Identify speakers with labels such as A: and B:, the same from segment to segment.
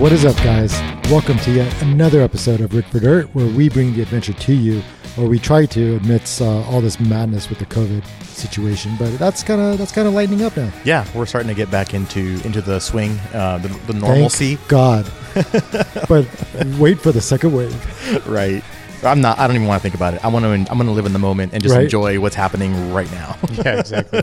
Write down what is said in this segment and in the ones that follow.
A: what is up, guys? Welcome to yet another episode of Rick for Dirt, where we bring the adventure to you, or we try to, amidst uh, all this madness with the COVID situation. But that's kind of that's kind of lightening up now.
B: Yeah, we're starting to get back into into the swing, uh, the, the normalcy.
A: Thank God. but wait for the second wave.
B: right. I'm not. I don't even want to think about it. I want to. I'm going to live in the moment and just
A: Right.
B: enjoy what's happening right now.
C: Yeah, exactly.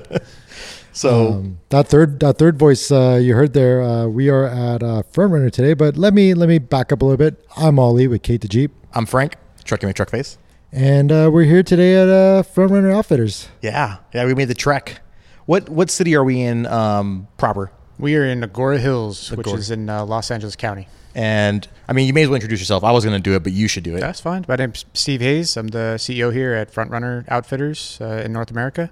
B: so
A: Um, that third that third voice uh, you heard there, uh, we are at uh, Runner today. But let me let me back up a little bit. I'm Ollie with Kate the Jeep,
B: I'm Frank, trucking my truck face.
A: and uh, we're here today at uh, Front Runner Outfitters.
B: Yeah, yeah. We made the trek. What what city are we in um, proper?
C: we are in Agora Hills, which
B: Agora.
C: is in uh, Los Angeles County.
B: And I mean, you may as well introduce yourself. I was going to do it, but you should do it.
C: That's fine. My name's Steve Hayes. I'm the CEO here at Frontrunner Outfitters uh, in North America.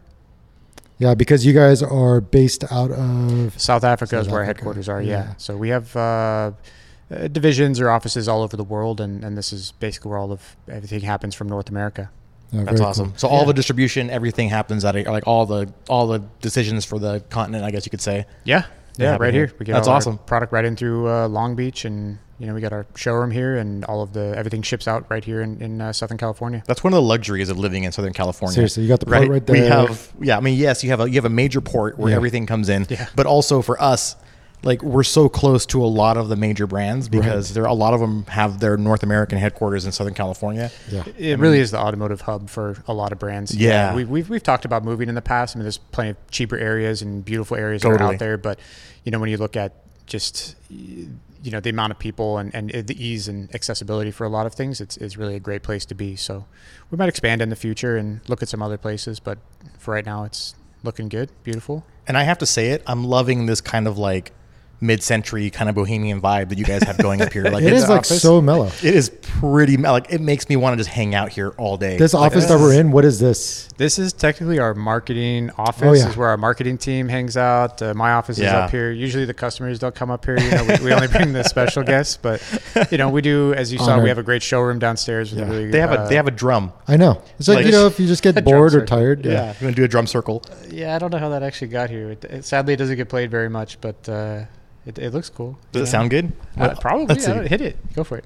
A: Yeah, because you guys are based out of
C: South Africa is
A: South
C: where our
A: Africa,
C: headquarters are. Yeah.
A: yeah.
C: So we have uh, uh, divisions or offices all over the world, and, and this is basically where all of everything happens from North America.
A: uh,
B: That's
A: very
B: awesome.
A: cool.
B: So all
C: Yeah.
B: the distribution, everything happens at it. Like all the all the decisions for the continent, I guess you could say.
C: Yeah.
B: They
C: Yeah,
B: have it
C: right
B: here.
C: here. We get
B: That's
C: all our
B: awesome.
C: product right in through uh, Long Beach, and you know we got our showroom here, and all of the everything ships out right here in, in uh, Southern California.
B: That's one of the luxuries of living in Southern California.
A: Seriously, you got the port right
B: We
A: there.
B: have, yeah. I mean, yes, you have a you have a major port where
A: Yeah.
B: everything comes in.
C: Yeah.
B: But also for us, like we're so close to a lot of the major brands because there a lot of them have their North American headquarters in Southern California.
A: Yeah.
C: It really is the automotive hub for a lot of brands.
B: Yeah.
C: we, we've we've talked about moving in the past. I mean, there's plenty of cheaper areas and beautiful areas that are
B: Totally.
C: out there, but you know when you look at just y- you know the amount of people and, and the ease and accessibility for a lot of things, it's it's really a great place to be. So we might expand in the future and look at some other places, but for right now, it's looking good, beautiful.
B: And I have to say it, I'm loving this kind of like mid-century kind of bohemian vibe that you guys have going up here. Like
A: It
B: it's
A: is like
B: office-
A: so mellow.
B: It is pretty like it makes me want to just hang out here all day.
A: This
B: Like, uh,
A: office that we're in, what is this?
C: This is technically our marketing office.
A: Oh, yeah.
C: Is where our marketing team hangs out. Uh, my office is
B: Yeah.
C: up here. Usually the customers don't come up here. You know, we, we only bring the special guests, but you know we do. As you saw,
A: Honored.
C: we have a great showroom downstairs. With a really,
B: they have a
C: uh,
B: they have a drum.
A: I know. It's like,
B: Like-
A: you know, if you just get
C: Drum
A: bored or
C: circle.
A: tired. Yeah.
B: Yeah, you want to do a drum circle?
C: uh, yeah, I don't know how that actually got here. It, it, sadly, it doesn't get played very much, but uh, it, it looks cool.
B: Does it sound good?
C: Uh, probably.
B: Let's
C: yeah,
B: see.
C: hit it. Go for it.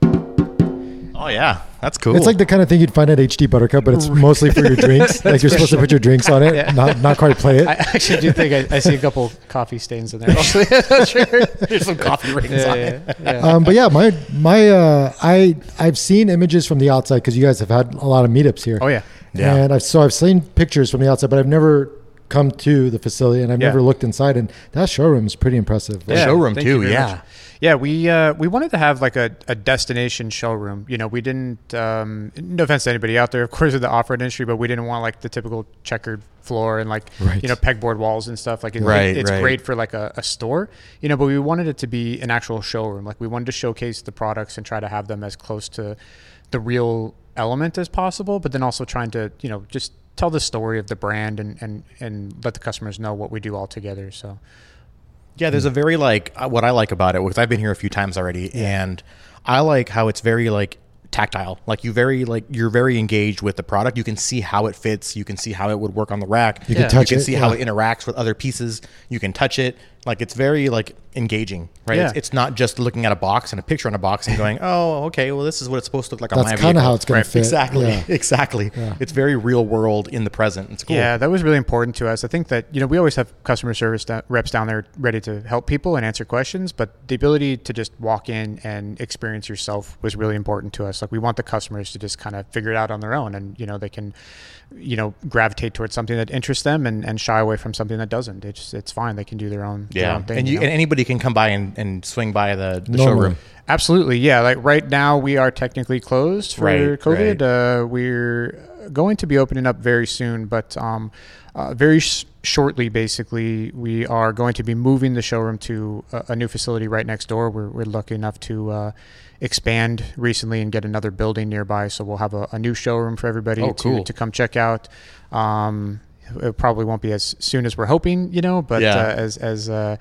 B: Oh yeah, that's cool.
A: It's like the kind of thing you'd find at HD Buttercup, but it's mostly for your drinks. like you're supposed to put your drinks on it, not not quite play it.
C: I actually do think I, I see a couple coffee stains in there. Actually,
B: There's some coffee rings
C: yeah,
B: on
C: yeah,
B: it.
C: yeah.
A: um, but yeah, my my uh, I I've seen images from the outside because you guys have had a lot of meetups here.
C: oh yeah.
B: Yeah.
A: And I've so I've seen pictures from the outside, but I've never come to the facility and I've
C: Yeah.
A: never looked inside. And that showroom is pretty impressive.
B: Yeah. showroom,
C: thank you
B: too,
C: very
B: yeah.
C: much. yeah. We uh, we wanted to have like a, a destination showroom. You know, we didn't. Um, no offense to anybody out there, of course, in the off road industry, but we didn't want like the typical checkered floor and like
A: Right.
C: you know pegboard walls and stuff. Like it,
B: Right,
C: it- it's
B: right.
C: great for like a, a store, you know. But we wanted it to be an actual showroom. Like we wanted to showcase the products and try to have them as close to the real element as possible, but then also trying to you know just tell the story of the brand and and and let the customers know what we do all together. So
B: Yeah, there's a very like uh, what I like about it because I've been here a few times already, and I like how it's very like tactile. Like you very like you're very engaged with the product. You can see how it fits. You can see how it would work on the rack. You
A: can touch
B: You can
A: it,
B: see how
A: yeah.
B: it interacts with other pieces. You can touch it. Like it's very like engaging, right?
C: Yeah.
B: It's, it's not just looking at a box and a picture on a box and going, oh, okay, well this is what it's supposed to look like on
A: That's
B: my
A: kinda
B: vehicle."
A: how it's gonna fit,
B: Exactly,
A: yeah.
B: exactly. It's very real world in the present. It's cool.
C: Yeah, that was really important to us. I think that you know we always have customer service da- reps down there ready to help people and answer questions, but the ability to just walk in and experience yourself was really important to us. Like we want the customers to just kind of figure it out on their own, and you know they can, you know, gravitate towards something that interests them and, and shy away from something that doesn't. It's just, it's fine. They can do their own their
B: Yeah,
C: own thing,
B: and you,
C: you know?
B: and anybody can come by and, and swing by the, the
A: Normally.
B: showroom.
C: Absolutely, yeah. Like right now, we are technically closed for
B: Right,
C: COVID.
B: right.
C: Uh, we're going to be opening up very soon, but um, uh, very s shortly, basically, we are going to be moving the showroom to a, a new facility right next door. We're, we're lucky enough to uh, expand recently and get another building nearby, so we'll have a, a new showroom for everybody
B: Oh,
C: to,
B: cool.
C: to come check out. Um, it probably won't be as soon as we're hoping, you know, but
B: Yeah.
C: uh, as as uh,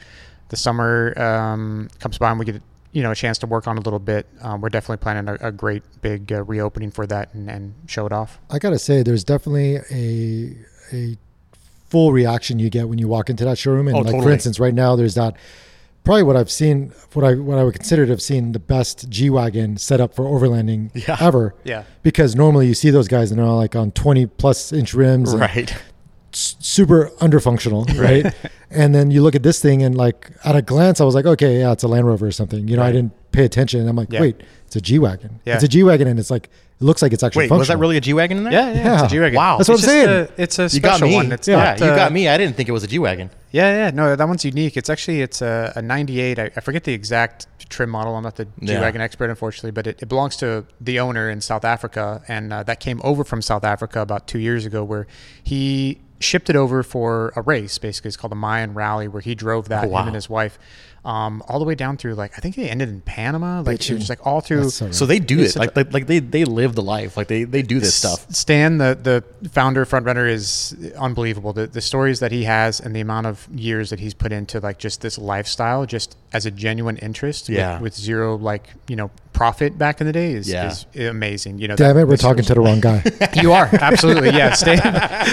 C: the summer um, comes by and we get you know a chance to work on a little bit, um, we're definitely planning a, a great big uh, reopening for that and, and show it off.
A: I gotta say, there's definitely a a full reaction you get when you walk into that showroom. And
B: Oh,
A: like for
B: totally.
A: instance, right now there's that probably what I've seen, what I what I would consider to have seen the best G wagon set up for overlanding
B: Yeah.
A: ever.
C: Yeah.
A: Because normally you see those guys and they're all like on twenty plus inch rims, and
B: Right.
A: s- super underfunctional, right? and then you look at this thing and like at a glance, I was like, okay, yeah, it's a Land Rover or something. You know, I didn't pay attention. I'm like,
C: Yeah.
A: wait, it's a G wagon.
C: Yeah.
A: It's a G wagon, and it's like it looks like it's actually
B: Wait, was that
A: functional.
B: really a G wagon in there?
C: Yeah, yeah,
A: Yeah.
C: It's a G-Wagon.
B: Wow. That's
A: what
C: It's
A: I'm
C: just
A: saying.
C: A, it's a
B: You got
C: special
B: me.
C: one. It's
A: Yeah.
B: yeah,
C: not,
B: you
C: uh,
B: got me. I didn't think it was a G wagon.
C: Yeah, yeah. No, that one's unique. It's actually it's a, a 98. I, I forget the exact trim model. I'm not the
B: Yeah.
C: G-Wagon expert, unfortunately, but it, it belongs to the owner in South Africa. And uh, that came over from South Africa about two years ago where he shipped it over for a race, basically. It's called the Mayan Rally, where he drove that,
B: Oh, wow.
C: him and his wife, um, all the way down through, like, I think they ended in Panama. Like, it
A: Bitchin'.
C: was just like all through.
A: That's so rad.
B: So they do
C: It's
B: it. Like, like, like they, they live the life. Like they, they do this stuff.
C: S- Stan, the the founder frontrunner, is unbelievable. The the stories that he has and the amount of years that he's put into like just this lifestyle, just as a genuine interest, with-
B: Yeah.
C: with, zero like you know profit back in the day is,
B: Yeah.
C: is amazing. You know,
A: Damn
C: that-
A: it, we're
C: this
A: talking
C: was-
A: to the wrong guy.
C: you are absolutely yeah. Stan,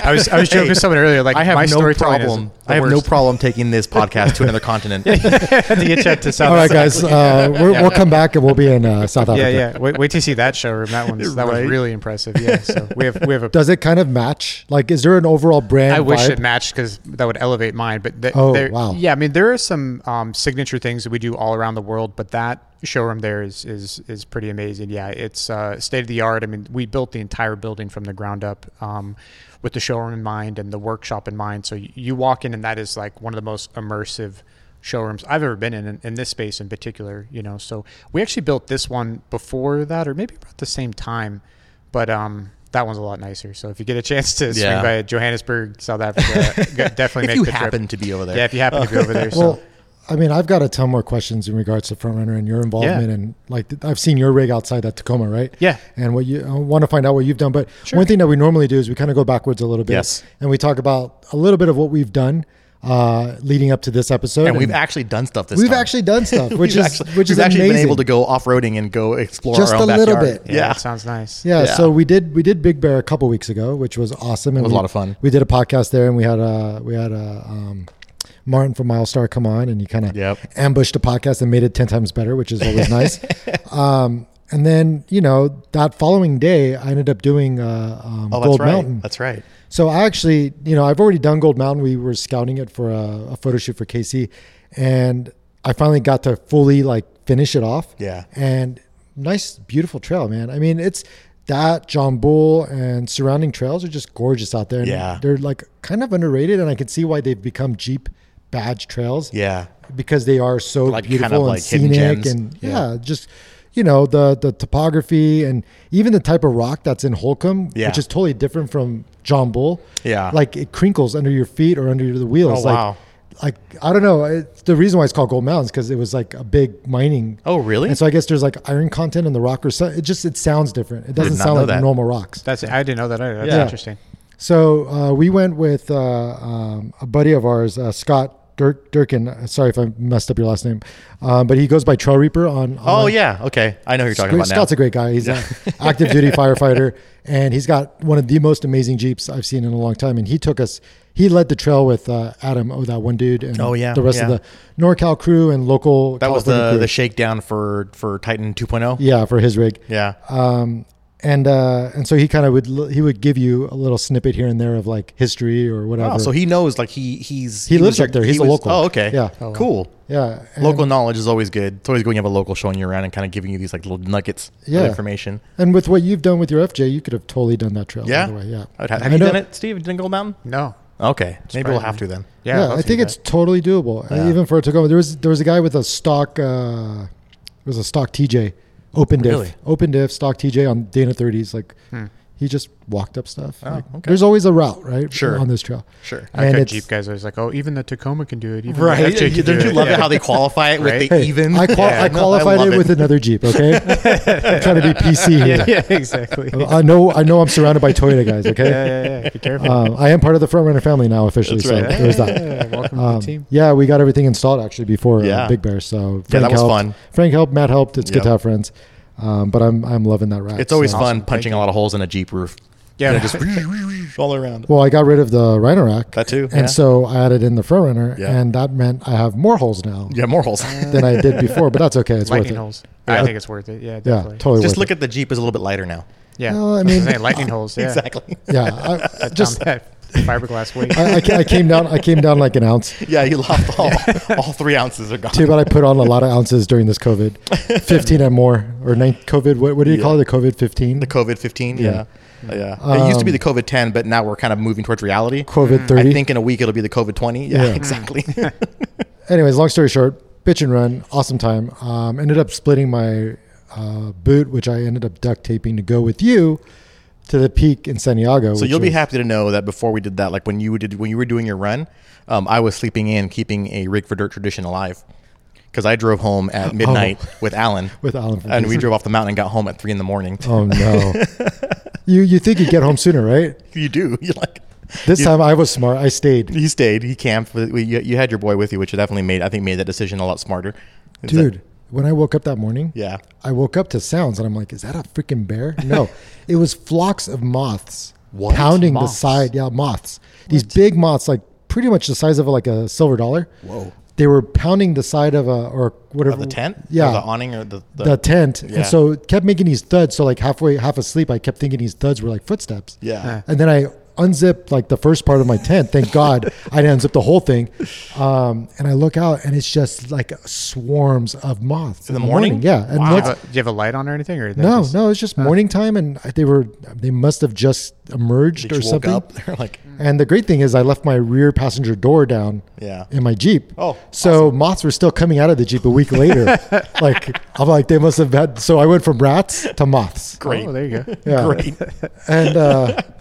C: I was I was joking with someone earlier. Like
B: I have
C: my
B: no
C: storytelling is
B: problem.
C: the
B: I have no
C: worst.
B: problem taking this podcast to another continent.
C: Had to get you to South
A: All right, guys, uh, we're, we'll come back and we'll be in uh, South Africa.
C: Yeah, yeah. Wait, wait till you see that showroom. That one's that
B: Right.
C: was really impressive. Yeah. So we have we have a
A: Does it kind of match? Like, is there an overall brand?
C: I wish
A: vibe?
C: it matched because that would elevate mine. But th-
A: Oh,
C: there-
A: wow.
C: yeah, I mean there are some um, signature things that we do all around the world, but that showroom there is is is pretty amazing. Yeah, it's uh, state of the art. I mean, we built the entire building from the ground up um, with the showroom in mind and the workshop in mind. So y- you walk in, and that is like one of the most immersive showrooms I've ever been in, in, in this space in particular. You know, so we actually built this one before that, or maybe about the same time, but. um that one's a lot nicer. So if you get a chance to swing
B: Yeah.
C: by uh, Johannesburg, South Africa. Go- definitely
B: if
C: make
B: you
C: the trip.
B: happen to be over there.
C: Yeah, if you happen to be over there. So.
A: Well, I mean, I've got a ton more questions in regards to Frontrunner and your involvement, and like th- I've seen your rig outside that Tacoma, right?
C: Yeah.
A: And what you I want to find out what you've done, but
C: Sure.
A: one thing that we normally do is we kind of go backwards a little bit,
B: Yes.
A: and we talk about a little bit of what we've done uh, leading up to this episode,
B: and we've actually done stuff this
A: we've
B: time.
A: actually done stuff, which is
B: We've actually,
A: which is
B: we've actually
A: amazing.
B: been able to go off roading and go explore
A: Just
B: our own
A: a little
B: backyard.
A: bit.
C: yeah,
B: Yeah.
C: that sounds nice.
A: Yeah,
B: Yeah.
A: so we did we did Big Bear a couple weeks ago, which was awesome. And
B: It was
A: we-
B: a lot of fun.
A: We did a podcast there, and we had a we had a um, Martin from Milestar come on, and he kind of
B: Yep.
A: ambushed the podcast and made it ten times better, which is always nice. um, and then you know that following day, I ended up doing uh, um,
B: Oh, that's
A: Gold
B: right.
A: Mountain.
B: That's right.
A: So I actually, you know, I've already done Gold Mountain. We were scouting it for a, a photo shoot for KC, and I finally got to fully like finish it off.
B: Yeah.
A: And nice, beautiful trail, man. I mean, it's that John Bull and surrounding trails are just gorgeous out there. And
B: Yeah.
A: They're like kind of underrated, and I can see why they've become Jeep badge trails
B: Yeah.
A: because they are so
B: Like, kind
A: beautiful
B: of
A: and
B: like hidden
A: scenic
B: gems.
A: and yeah, just you know the the topography and even the type of rock that's in Holcomb,
B: Yeah.
A: which is totally different from John Bull.
B: Yeah.
A: like it crinkles under your feet or under your- the wheels.
B: Oh,
A: like,
B: wow.
A: Like I don't know. It's the reason why it's called Gold Mountains because it was like a big mining.
B: Oh, really?
A: And so I guess there's like iron content in the rock or so. It just it sounds different. It doesn't
B: not
A: sound
B: know
A: like
B: that.
A: normal rocks.
C: That's I didn't know that. Either. That's
A: Yeah.
C: interesting.
A: So uh, we went with uh, um, a buddy of ours, uh, Scott Dur- Durkin. Uh, Sorry if I messed up your last name, um, but he goes by Trail Reaper on.
B: Oh,
A: on-
B: yeah. Okay. I know who you're talking about now.
A: Scott's a great guy. He's an active duty firefighter, and he's got one of the most amazing jeeps I've seen in a long time. And he took us. He led the trail with uh, Adam. Oh, that one dude. And
B: Oh, yeah,
A: The rest of
B: yeah.
A: the NorCal crew and local.
B: that was
A: California
B: the,
A: crew.
B: the shakedown for, for Titan 2.0.
A: Oh, yeah for his rig.
B: Yeah.
A: Um, and uh, and so he kind of would l- he would give you a little snippet here and there of like history or whatever.
B: Oh, so he knows like he he's
A: He lives
B: was your-
A: up there. He's
B: he
A: a
B: was-
A: local.
B: Oh, okay.
A: Yeah.
B: Cool.
A: yeah, and-
B: Local knowledge is always good. It's always good when you have a local showing you around and kind of giving you these like little nuggets
A: Yeah.
B: of information.
A: And with what you've done with your FJ, you could have totally done that trail.
B: Yeah.
A: By the way. Yeah.
B: I would ha-
A: I
B: have you
A: know-
B: done it, Steve? Done Gold Mountain?
C: No.
B: Okay. Maybe we'll
C: Surprisingly.
B: have to then.
C: Yeah. I'd
A: Yeah,
C: love
A: I
C: to
A: think
C: do
A: it's
C: that.
A: totally doable. Uh,
B: Yeah.
A: Even for a Tacoma, there was there was a guy with a stock. Uh, it was a stock TJ, open diff,
B: Really? Hmm.
A: open diff, stock TJ on Dana thirties. Like he just walked up stuff.
B: Oh,
A: Like,
B: okay.
A: There's always a route, right?
B: Sure.
A: On this trail.
B: Sure.
C: I
A: And
C: cut
A: it's-
C: Jeep guys. I was like, oh, even the Tacoma can do it. Even
B: Right.
C: The FJ can
B: Don't
C: do
B: you love
C: yeah.
B: it how they qualify it with
C: Right?
B: the
A: Hey,
B: even?
A: I, qual-
B: Yeah.
A: I
B: No,
A: qualified
B: love
A: it with another Jeep. Okay, I'm trying to be PC here.
C: Yeah, yeah, exactly. yeah,
A: I know. I know. I'm surrounded by Toyota guys. Okay.
C: yeah, yeah. Be careful.
A: Um, I am part of the Frontrunner family now officially.
B: That's
A: so
B: right.
A: there's that.
C: Yeah, welcome
A: Um,
C: to the team.
A: yeah, we got everything installed actually before uh,
B: Yeah.
A: Big Bear. So Frank
B: Yeah, that was
A: helped.
B: fun.
A: Frank helped, Matt helped. It's good
B: Yep.
A: to have friends. Um, but I'm I'm loving that ride.
B: It's always
A: so-
B: fun punching a lot of holes in a Jeep roof.
C: Yeah.
B: And just all around.
A: Well, I got rid of the Rhino rack.
B: That too,
A: And
B: yeah.
A: so I added in the Frontrunner,
B: Yeah.
A: and that meant I have more holes now
B: yeah, more holes.
A: than I did before. But that's okay. It's worth
C: lightning
A: it.
C: holes.
B: Yeah.
C: I think it's worth it. Yeah,
A: Yeah,
C: definitely.
A: totally.
B: just
A: worth
B: look
A: it.
B: at the Jeep is a little bit lighter now.
C: Yeah.
A: Well, I
C: That's what
A: mean-
C: saying, lightning holes. Yeah.
B: Exactly.
A: Yeah, I,
C: Just
A: just
C: that fiberglass weight.
A: I, I, ca- I came down. I came down like an ounce.
B: Yeah, you lost all all three ounces are gone.
A: Too bad I put on a lot of ounces during this COVID, fifteen and more, or nine COVID. What, what do you call it? The COVID fifteen,
B: The COVID fifteen.
A: Yeah.
B: Yeah, yeah. it used to be the COVID ten, but now we're kind of moving towards reality.
A: COVID
B: I
A: thirty.
B: think in a week it'll be the COVID twenty. Yeah,
A: Yeah.
B: exactly.
A: Anyways, long story short, bitch and run, awesome time. Um, ended up splitting my uh, boot, which I ended up duct taping to go with you to the peak in Santiago.
B: so you'll be happy to know that before we did that, like when you did when you were doing your run, um, I was sleeping in, keeping a rig for dirt tradition alive, because I drove home at midnight with Alan,
A: Oh. with Alan. From
B: and we
A: Disney.
B: drove off the mountain and got home at three in the morning.
A: Oh no! you you think you get home sooner, right?
B: You do. You like
A: This
B: You-
A: time I was smart. I stayed,
B: he stayed. He camped. With, we- you, you had your boy with you, which definitely made I think made that decision a lot smarter. Is that-
A: dude. when I woke up that morning,
B: yeah.
A: I woke up to sounds and I'm like, is that a freaking bear? No, it was flocks of moths
B: What?
A: pounding the
C: Moths?
A: side. Yeah, moths. These big moths, like pretty much the size of like a silver dollar.
B: Whoa.
A: They were pounding the side of a or whatever
B: Of the tent.
A: Yeah,
B: Or the awning or the the,
A: the tent,
B: Yeah.
A: and so it kept making these thuds. So like halfway, half asleep, I kept thinking these thuds were like footsteps.
B: yeah.
A: And then I unzipped like the first part of my tent. Thank God I didn't unzip the whole thing. Um, and I look out and it's just like swarms of moths in,
B: the morning?
A: Yeah. And
B: Wow.
C: Do
A: once-
C: you, have a, do you have a light on or anything? Or
A: no,
C: just,
A: no, it's just morning time, and they were they must have just emerged
B: They
A: or
B: just woke
A: something.
B: up. They're like
A: And the great thing is, I left my rear passenger door down
B: yeah.
A: in my Jeep.
B: Oh,
A: so moths were still coming out of the Jeep a week later. like I'm like they must have had. So I went from rats to moths.
B: Great.
C: Oh, there you go.
A: Yeah.
B: Great.
A: And uh,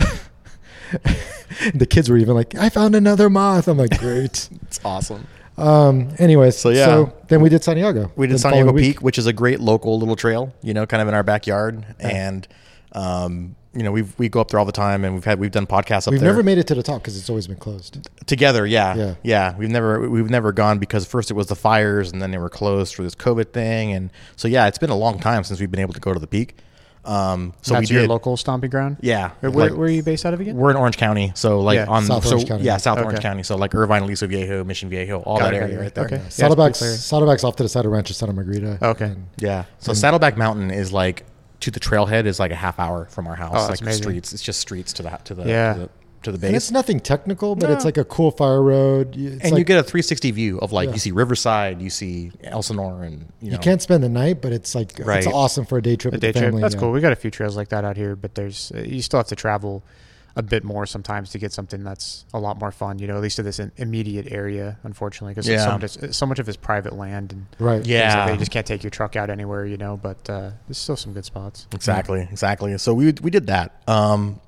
A: the kids were even like, "I found another moth." I'm like, "Great."
B: It's awesome.
A: Um. Anyways, so
B: yeah.
A: then we did Santiago.
B: We
A: the
B: did Santiago
A: following week.
B: Peak, which is a great local little trail, you know, kind of in our backyard. And um, you know, we've we go up there all the time and we've had we've done podcasts up
A: We've
B: there.
A: never made it to the top because it's always been closed.
B: together yeah.
A: Yeah.
B: yeah we've never we've never gone because first it was the fires and then they were closed for this covid thing and so yeah it's been a long time since we've been able to go to the peak um so
C: That's
B: we
C: your
B: did
C: local stomping ground?
B: yeah
C: Where, where,
B: like,
C: where are you based out of again?
B: we're in orange county so like
C: Yeah,
B: on
A: South
B: so,
A: Orange County.
B: yeah south orange
C: Okay.
B: county so like irvine aliso viejo mission viejo all
C: Got
B: that
C: it, got
B: area
C: it.
B: right there
C: Okay. Yeah, it's pretty
A: Saddleback's
C: clear.
A: Saddleback's off to the side of Rancho Santa Margarita.
C: Okay.
A: And
B: yeah so saddleback mountain is like to the trailhead is like a half hour from our house
C: Oh, that's
B: like the
C: amazing.
B: streets it's just streets to the to the
C: Yeah.
B: to the, to the
A: And
B: base
A: it's nothing technical, but it's like a cool fire road. You- It's
B: and
A: like,
B: you get a 360 view of like
A: Yeah.
B: you see Riverside, you see Elsinore, and you know
A: you can't spend the night, but it's like it's
B: Right.
A: awesome for a day trip.
C: A
A: with
C: day
A: the
C: trip.
A: family,
C: That's
A: yeah.
C: cool. We got a few trails like that out here, but there's uh, you still have to travel a bit more sometimes to get something that's a lot more fun. You know, at least to this in- immediate area, unfortunately, because
B: Yeah.
C: so, much, so much of it's private land and
A: Right.
B: Yeah.
C: things like that. you just can't take your truck out anywhere. You know, but uh, there's still some good spots.
B: Exactly, exactly. So we we did that. Um,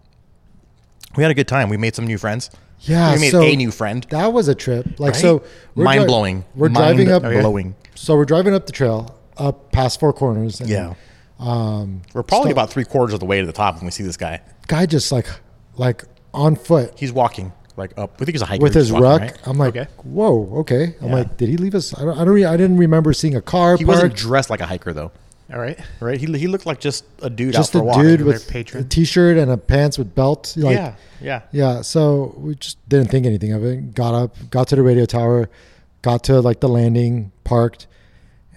B: we had a good time. We made some new friends.
A: Yeah,
B: we made
A: so-
B: a new friend.
A: That was a trip. Like
B: right?
A: so, we're dri-
B: mind blowing.
A: We're
B: Mind oh,
A: driving up.
B: blowing.
A: So we're driving up the trail, up past Four Corners. And
B: Yeah,
A: Um,
B: we're probably about three quarters of the way to the top when we see this guy.
A: Guy just like, like on foot
B: He's walking like up. We think he's a hiker
A: with
B: He's
A: his
B: walking,
A: ruck.
B: right?
A: I'm like,
C: Okay.
A: whoa, okay. I'm
B: Yeah.
A: like, did he leave us? I don't. I, don't re- I didn't remember seeing a car
B: He wasn't
A: parked.
B: dressed like a hiker though,
C: All right.
B: right? He, he looked like just a dude
A: Just a
B: out for a walk.
A: dude
C: their
A: with
C: patron.
A: a t-shirt and a pants with belt. Like,
B: yeah, yeah.
A: Yeah, so we just didn't think anything of it. Got up, got to the radio tower, got to like the landing, parked,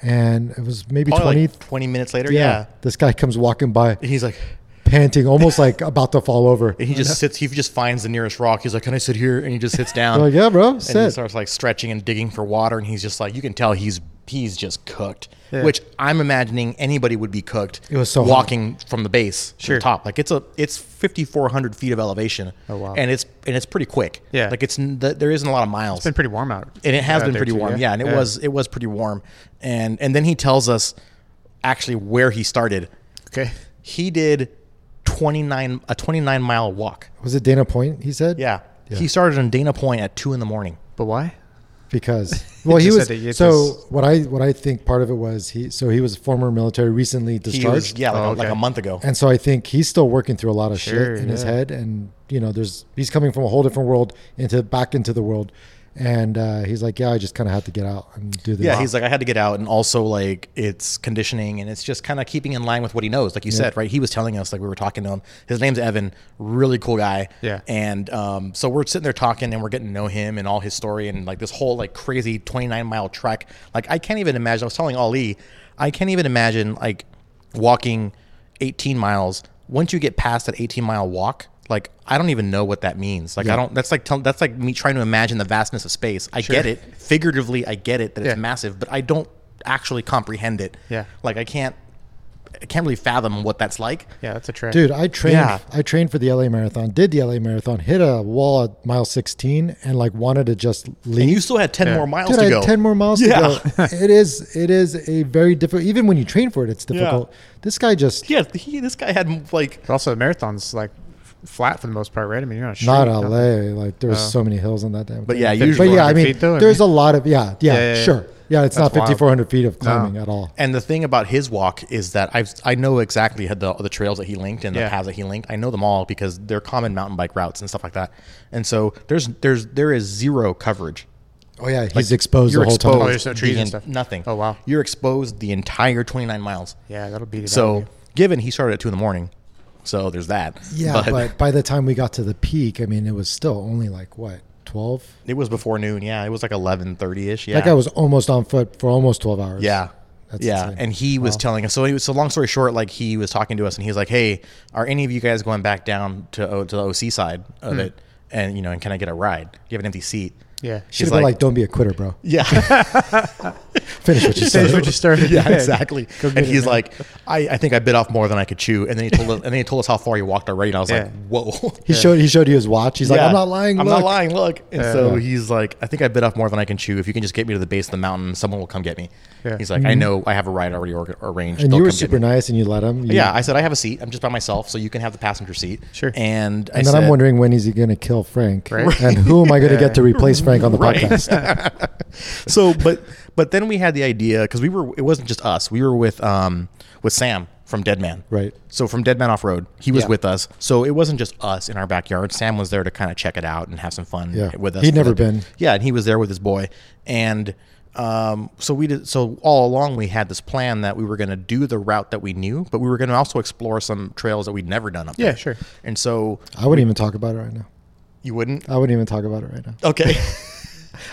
A: and it was maybe
B: Probably
A: twenty.
B: like twenty minutes later.
A: yeah,
B: Yeah.
A: this guy comes walking by,
B: he's like.
A: panting, almost like about to fall over.
B: And he just sits. He just finds the nearest rock. He's like, "Can I sit here?" And he just sits down.
A: I'm like, yeah, bro,
B: and he
A: sit.
B: starts like stretching and digging for water and he's just like you can tell he's he's just cooked
C: Yeah.
B: which i'm imagining anybody would be cooked
A: It was so hot.
B: walking from the base to
C: Sure.
B: the top like it's a it's 5400 feet of elevation
C: Oh, wow.
B: and it's and it's pretty quick
C: Yeah.
B: like it's n- th- there isn't a lot of miles
C: It's been pretty warm out.
B: and it has
C: out
B: been
C: there
B: pretty
C: too,
B: warm yeah, and it was it was pretty warm and and then he tells us actually where he started
C: okay.
B: he did 29 a 29 mile walk
A: Was it Dana Point? He said,
B: yeah, he started in dana point at 2 in the morning
C: But why?
A: because well, he
C: just
A: was.
C: said that you
A: So
C: just-
A: what I what I think part of it was he. So he was former military, recently
B: he was,
A: discharged.
B: yeah like,
C: Oh,
B: a, like
C: okay.
B: a month ago
A: And so I think he's still working through a lot of
C: Sure,
A: shit in his
C: yeah.
A: head, and you know, there's he's coming from a whole different world into back into the world, And uh, he's like, yeah, I just kind of had to get out and do this.
B: Yeah, he's like, I had to get out, and also like it's conditioning, and it's just kind of keeping in line with what he knows. Like you said, right? He was telling us, like we were talking to him. His name's Evan, really cool guy.
C: Yeah.
B: And um, so we're sitting there talking, and we're getting to know him and all his story, and like this whole like crazy 29 mile trek. Like I can't even imagine. I was telling Ali, I can't even imagine like walking 18 miles. Once you get past that 18 mile walk. Like I don't even know what that means. Like I don't. That's like tell, that's like me trying to imagine the vastness of space. I get it figuratively. I get it that
C: Yeah.
B: it's massive, but I don't actually comprehend it.
C: Yeah.
B: Like I can't I can't really fathom what that's like.
C: Yeah, that's a trip.
A: Dude, I trained.
B: Yeah.
A: I trained for the LA Marathon. Did the LA Marathon? Hit a wall at mile 16 and like wanted to just leave.
B: And you still had ten more miles
A: Dude,
B: to
A: I
B: go.
A: had ten more miles
B: Yeah.
A: to go. It is. It is a very difficult. Even when you train for it, it's difficult. This guy just
B: Yeah, he, this guy had like
C: But also, the marathon's like f- flat for the most part, right? I mean, you're on a street.
A: not
C: nothing.
A: LA. Like there's so many hills on that damn.
B: but
A: thing.
B: yeah,
C: But
B: usually
A: but yeah, I
C: 400
A: mean,
C: feet, though, I
A: there's a lot of yeah, yeah,
C: Yeah, yeah, yeah.
A: sure, yeah. It's
C: That's
A: not
C: wild.
A: 5,400 feet of climbing at all.
B: And the thing about his walk is that I've I know exactly the the trails that he linked and the
C: Yeah.
B: paths that he linked. I know them all because they're common mountain bike routes and stuff like that. And so there's there's there is zero coverage
A: Oh yeah, he's exposed the whole
C: Oh,
A: time.
C: there's no trees
B: the
C: and stuff.
B: Nothing.
C: Oh, wow.
B: You're exposed the entire 29 miles.
C: Yeah, that'll beat it. out of
B: So
C: you.
B: given he started at two in the morning, so there's that.
A: Yeah, but, by the time we got to the peak, I mean, it was still only like what 12.
B: it was before noon. Yeah, it was like 11:30 ish. Yeah.
A: That guy was almost on foot for almost 12 hours.
B: Yeah.
A: That's
B: yeah,
A: insane.
B: and he was telling us. So, he was, so long story short, like he was talking to us, and he was like, "Hey, are any of you guys going back down to O- to the OC side of
A: Hmm.
B: it? And you know, and can I get a ride? Do you have an empty seat?"
C: yeah.
A: should
B: he's
A: have been
B: like-
A: like, "Don't be a quitter, bro.
B: Yeah,
A: Finish what you
C: Say what
A: said."
C: you started.
B: yeah, exactly.
C: Go
B: And
C: get it,
B: he's
C: man.
B: like, I, "I think I bit off more than I could chew." And then he told us, and then he told us how far he walked already. And I was
C: Yeah.
B: like, "Whoa."
A: He showed he showed you his watch. He's like,
B: Yeah.
A: "I'm not lying.
B: I'm
A: look."
B: not lying. Look. And so he's like, I think I bit off more than I can chew. If you can just get me to the base of the mountain, someone will come get me.
C: Yeah.
B: He's like, I know I have a ride already or- arranged.
A: Mm-hmm. And
B: They'll
A: you were
B: come get
A: super
B: me."
A: nice, and you let him. You-
B: Yeah, I said I have a seat. I'm just by myself, so you can have the passenger seat.
C: Sure.
B: And, I
A: And then I'm
B: said-
A: wondering when is he going to kill Frank,
C: Right.
A: and who am I going to get to replace Frank on the
B: Right.
A: podcast?
B: So, but but then we had the idea because we were. It wasn't just us. We were with um with Sam from Deadman.
A: Right.
B: So from Deadman Off Road, he was
A: Yeah.
B: with us. So it wasn't just us in our backyard. Sam was there to kind of check it out and have some fun
A: Yeah.
B: with us.
A: He'd never
B: With-
A: been.
B: Yeah, and he was there with his boy. And um, so we did. So all along we had this plan that we were going to do the route that we knew, but we were going to also explore some trails that we'd never done up there.
C: Yeah, sure.
B: And so
A: I wouldn't even talk about it right now.
B: you wouldn't.
A: I wouldn't even talk about it right now.
B: Okay.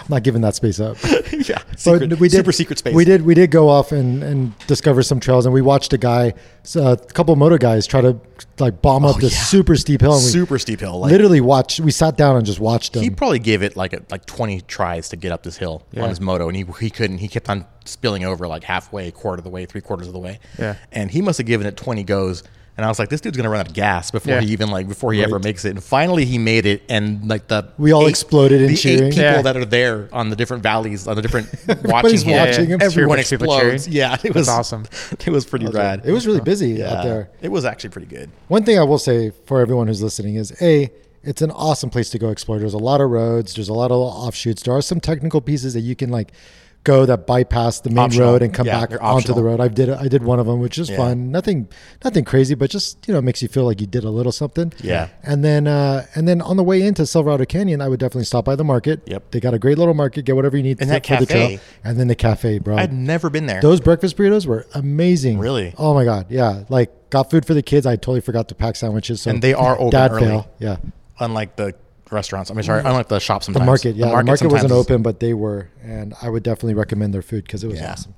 A: I'm not giving that space up.
B: yeah.
A: But
B: Secret,
A: we did,
B: super secret space.
A: We did. We did go off and, and discover some trails, and we watched a guy, s- uh, a couple moto guys, try to like bomb up this
B: Oh, yeah.
A: super steep hill. And we
B: super steep hill. Like
A: literally watched. We sat down and just watched them.
B: he probably gave it like a, like twenty tries to get up this hill on his moto, and he he couldn't. He kept on spilling over like halfway, quarter of the way, three quarters of the way.
C: Yeah.
B: and he must have given it twenty goes. And I was like, this dude's gonna run out of gas before
C: Yeah.
B: he even like before he ever makes it. And finally, he made it, and like the
A: We all exploded in
B: the
A: cheering.
B: Eight people
C: Yeah.
B: that are there on the different valleys, on the different watching him.
A: watching him.
B: Everyone
C: Super people cheering.
B: explodes. Yeah, it was
C: awesome.
B: It was pretty rad. Uh,
A: it was really busy out there.
B: It was actually pretty good.
A: One thing I will say for everyone who's listening is A, it's an awesome place to go explore. There's a lot of roads, there's a lot of offshoots. There are some technical pieces that you can like go that bypass the main
B: Optional.
A: road and come
B: Yeah,
A: back
B: they're
A: onto the
B: optional.
A: road. I did I did one of them, which is
B: Yeah.
A: fun. Nothing nothing crazy, but just, you know, makes you feel like you did a little something.
B: Yeah.
A: And then uh and then on the way into Silverado Canyon, I would definitely stop by the market.
B: Yep.
A: They got a great little market, get whatever you need
B: And
A: for
B: that
A: for the trail.
B: cafe.
A: And then the cafe, bro.
B: I'd never been there.
A: Those breakfast burritos were amazing.
B: Really?
A: Oh my god, yeah. Like got food for the kids. I totally forgot to pack sandwiches. So
B: And they are open
A: dad
B: early.
A: fail. Yeah.
B: unlike the restaurants. I mean, sorry, unlike the shops
A: Mm. The
B: sometimes.
A: market, yeah, the market, wasn't
B: sometimes is-
A: open, but they were, and I would definitely recommend their food because it was
B: Yeah.
A: awesome.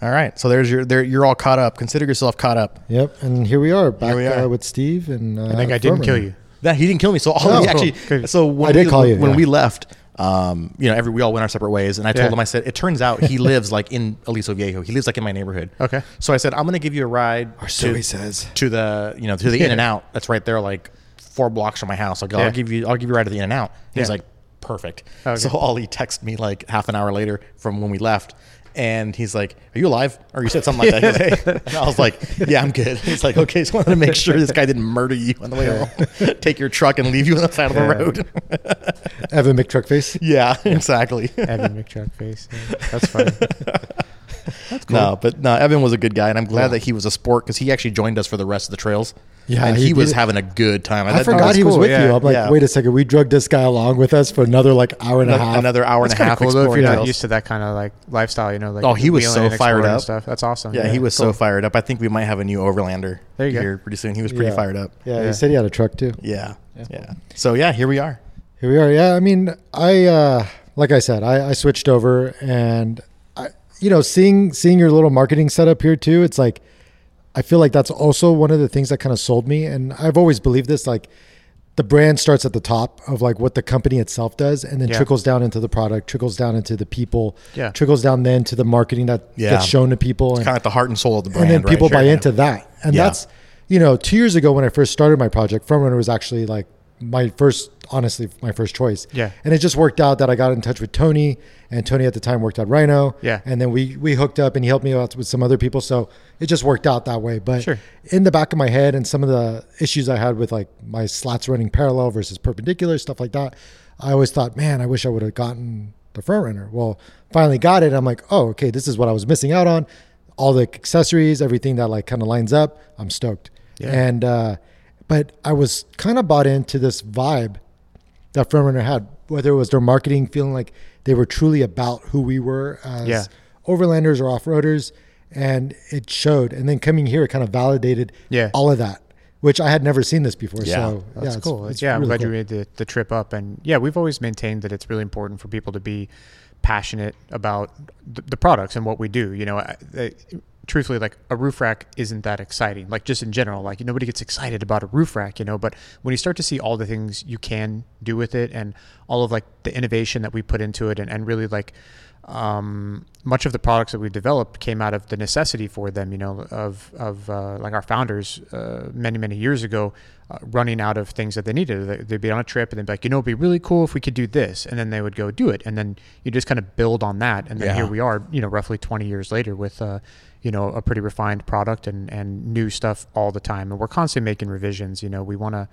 B: All right, so there's your there. You're all caught up. Consider yourself caught up.
A: Yep, and here we are back
B: we are.
A: Uh, with Steve, and uh,
C: I think I didn't kill you.
B: That he didn't kill me. So all
A: No.
B: we actually,
C: Good.
B: so when
A: Oh, I did
B: we,
A: call you,
B: when
A: yeah.
B: we left. Um, you know, every we all went our separate ways, and I told
C: Yeah.
B: him. I said, "It turns out he lives like in Aliso Viejo. He lives like in my neighborhood."
C: Okay.
B: So I said, "I'm going to give you a ride."
A: Or so he says.
B: to the you know to the In and Out that's right there, like four blocks from my house. I'll, go,
C: Yeah.
B: I'll give you I'll give you a ride to the In and Out. He's
C: Yeah.
B: like, perfect.
C: Okay.
B: So Ollie texted me like half an hour later from when we left. And he's like, "Are you alive?" Or you said something like that. He goes, "Hey." And I was like, "Yeah, I'm good." He's like, "Okay, just wanted to make sure this guy didn't murder you on the way home, take your truck and leave you on the side
C: Yeah.
B: of the road."
A: Evan McTruckface.
B: yeah, exactly.
C: Evan McTruck face. Yeah, That's funny.
B: No, but no, Evan was a good guy, and I'm glad that he was a sport because he actually joined us for the rest of the trails.
A: Yeah,
B: and
A: he
B: he, was
A: did-
B: having a good time.
A: I
B: thought-
A: forgot
B: that's
A: he was
C: cool,
A: with
C: yeah,
A: you. I'm like,
B: yeah.
A: wait a second. We drugged this guy along with us for another like hour and a half.
B: another, another hour
C: That's
B: and a
C: kind
B: half.
C: of cool though if
B: exploring
C: you're not
B: trails.
C: used to that kind of like lifestyle, you know. Like
B: Oh, he was
C: wheeling
B: so
C: and
B: fired
C: exploring and
B: up.
C: Stuff. That's awesome.
B: yeah, he was so fired up. I think we might have a new overlander
C: There you go.
B: here pretty soon. He was pretty
A: Yeah.
B: fired up.
A: yeah,
C: Yeah.
A: he said he had a truck too.
B: Yeah. Yeah. So yeah, here we are.
A: Here we are. Yeah, I mean, I uh, like I said, I, I switched over, and I, you know, seeing seeing your little marketing setup here too, it's like I feel like that's also one of the things that kind of sold me, and I've always believed this. Like, the brand starts at the top of like what the company itself does, and then
C: Yeah.
A: trickles down into the product, trickles down into the people,
C: Yeah.
A: trickles down then to the marketing that
B: Yeah.
A: gets shown to people, and
B: Kind of like the heart and soul of the brand.
A: and then
B: right?
A: people
B: Sure,
A: buy
B: man.
A: into that and
B: Yeah.
A: that's you know two years ago when i first started my project frontrunner was actually like my first honestly my first choice
C: Yeah.
A: and it just worked out that i got in touch with tony and tony at the time worked at rhino
C: Yeah.
A: and then we we hooked up and he helped me out with some other people so it just worked out that way but
C: Sure.
A: in the back of my head and some of the issues i had with like my slats running parallel versus perpendicular stuff like that i always thought man i wish i would have gotten the frontrunner well finally got it and i'm like oh okay this is what i was missing out on all the accessories, everything that like kind of lines up, I'm stoked. And uh, but I was kind of bought into this vibe that Frontrunner had, whether it was their marketing feeling like they were truly about who we were as
C: Yeah.
A: overlanders or off roaders, and it showed. And then coming here, it kind of validated
C: Yeah.
A: all of that, which I had never seen this before.
B: Yeah.
A: so
C: That's
A: yeah, it's-
C: cool.
A: it's
C: yeah, I'm
A: really
C: glad
A: cool.
C: you made the, the trip up. And yeah, we've always maintained that it's really important for people to be passionate about the, the products and what we do. You know, I, I, truthfully, like a roof rack isn't that exciting. Like just in general, like nobody gets excited about a roof rack, you know, but when you start to see all the things you can do with it and all of like the innovation that we put into it and, and really like, um, much of the products that we developed came out of the necessity for them, you know, of, of uh, like our founders uh, many, many years ago uh, running out of things that they needed. They- They'd be on a trip and they'd be like, you know, it'd be really cool if we could do this. And then they would go do it. And then you just kind of build on that. And then
B: Yeah.
C: here we are, you know, roughly 20 years later with, uh, you know, a pretty refined product and, and new stuff all the time. And we're constantly making revisions. You know, we want to,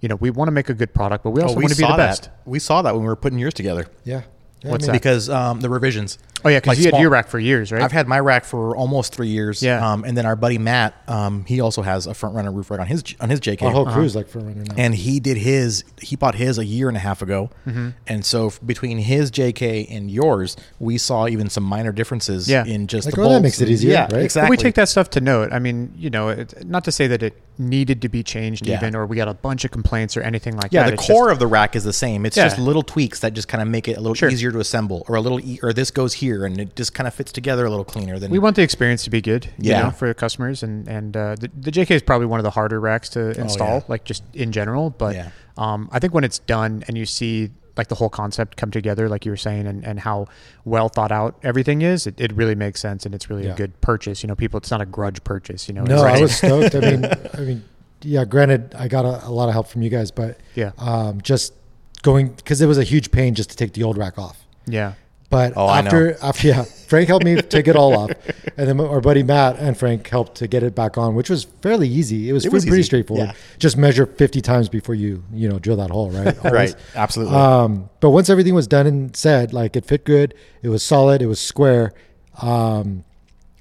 C: you know, we want to make a good product, but we also
B: Oh, we
C: want to be
B: saw
C: the
B: that.
C: best.
B: We saw that when we were putting yours together.
A: Yeah. yeah
C: What's that?
B: Because um, the revisions.
C: Oh yeah. Cause
B: Like
C: you had
B: small-
C: your rack for years, right?
B: I've had my rack for almost three years.
C: Yeah.
B: Um, and then our buddy Matt, um, he also has a front runner roof rack on his on his JK.
A: Our whole
C: Uh-huh.
A: crew is like Frontrunner now.
B: and he did his he bought his a year and a half ago and so f- between his jk and yours we saw even some minor differences
C: Yeah.
B: in just
A: Like,
B: the
A: oh, that
B: bolts.
A: makes it easier,
B: yeah
A: right? But we
B: exactly
C: But we take that stuff to note. I mean, you know, it, not to say that it needed to be changed
B: Yeah.
C: even, or we got a bunch of complaints or anything like
B: yeah
C: that.
B: the
C: It's
B: core
C: just-
B: of the rack is the same it's
C: Yeah.
B: just little tweaks that just kind of make it a little
C: Sure.
B: easier to assemble or a little e- or this goes here and it just kind of fits together a little cleaner than
C: we want the experience to be good, you
B: Yeah.
C: know, for the customers, and and uh, the, the JK is probably one of the harder racks to install,
B: Oh, yeah.
C: like just in general. But
B: Yeah.
C: um, I think when it's done and you see like the whole concept come together, like you were saying, and, and how well thought out everything is, it, it really makes sense, and it's really
A: Yeah.
C: a good purchase. You know, people, it's not a grudge purchase. You know,
A: No,
C: it's
A: I
C: just-
A: was stoked. I mean, I mean, yeah. Granted, I got a, a lot of help from you guys, but
C: Yeah.
A: um, just going because it was a huge pain just to take the old rack off.
C: yeah,
A: But
B: Oh, I know.
A: after, after, yeah, Frank helped me take it all off, and then our buddy Matt and Frank helped to get it back on, which was fairly easy. It was,
B: It was
A: pretty
B: easy,
A: straightforward.
B: yeah.
A: Just measure fifty times before you, you know, drill that hole, right? Always.
B: right absolutely
A: Um, but once everything was done and said, like it fit good, it was solid, it was square, um,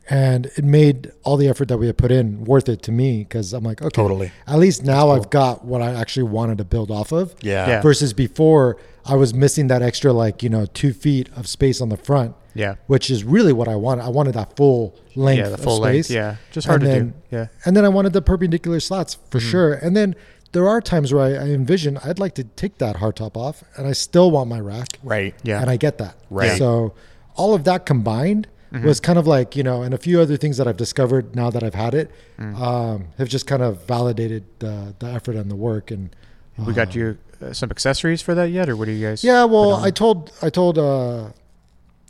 A: and it made all the effort that we had put in worth it to me because I'm like, okay,
B: Totally.
A: At least now I've got what I actually wanted to build off of.
B: yeah,
C: yeah.
A: Versus before, I was missing that extra, like you know, two feet of space on the front.
C: Yeah.
A: Which is really what I wanted. I wanted that full length.
C: yeah, the
A: of
C: full
A: space.
C: length, yeah, just hard
A: And
C: to
A: then-
C: do, yeah.
A: and then I wanted the perpendicular slots for
B: Hmm.
A: sure. And then there are times where I, I envision I'd like to take that hardtop off, and I still want my rack.
B: right
C: Yeah.
A: And I get that.
B: Right. Mm-hmm.
A: So all of that combined was kind of like you know, and a few other things that I've discovered now that I've had it
B: Mm.
A: um, have just kind of validated the the effort and the work. And
C: We got you uh, some accessories for that yet, or what do you guys?
A: yeah, well,
C: on?
A: I told I told uh,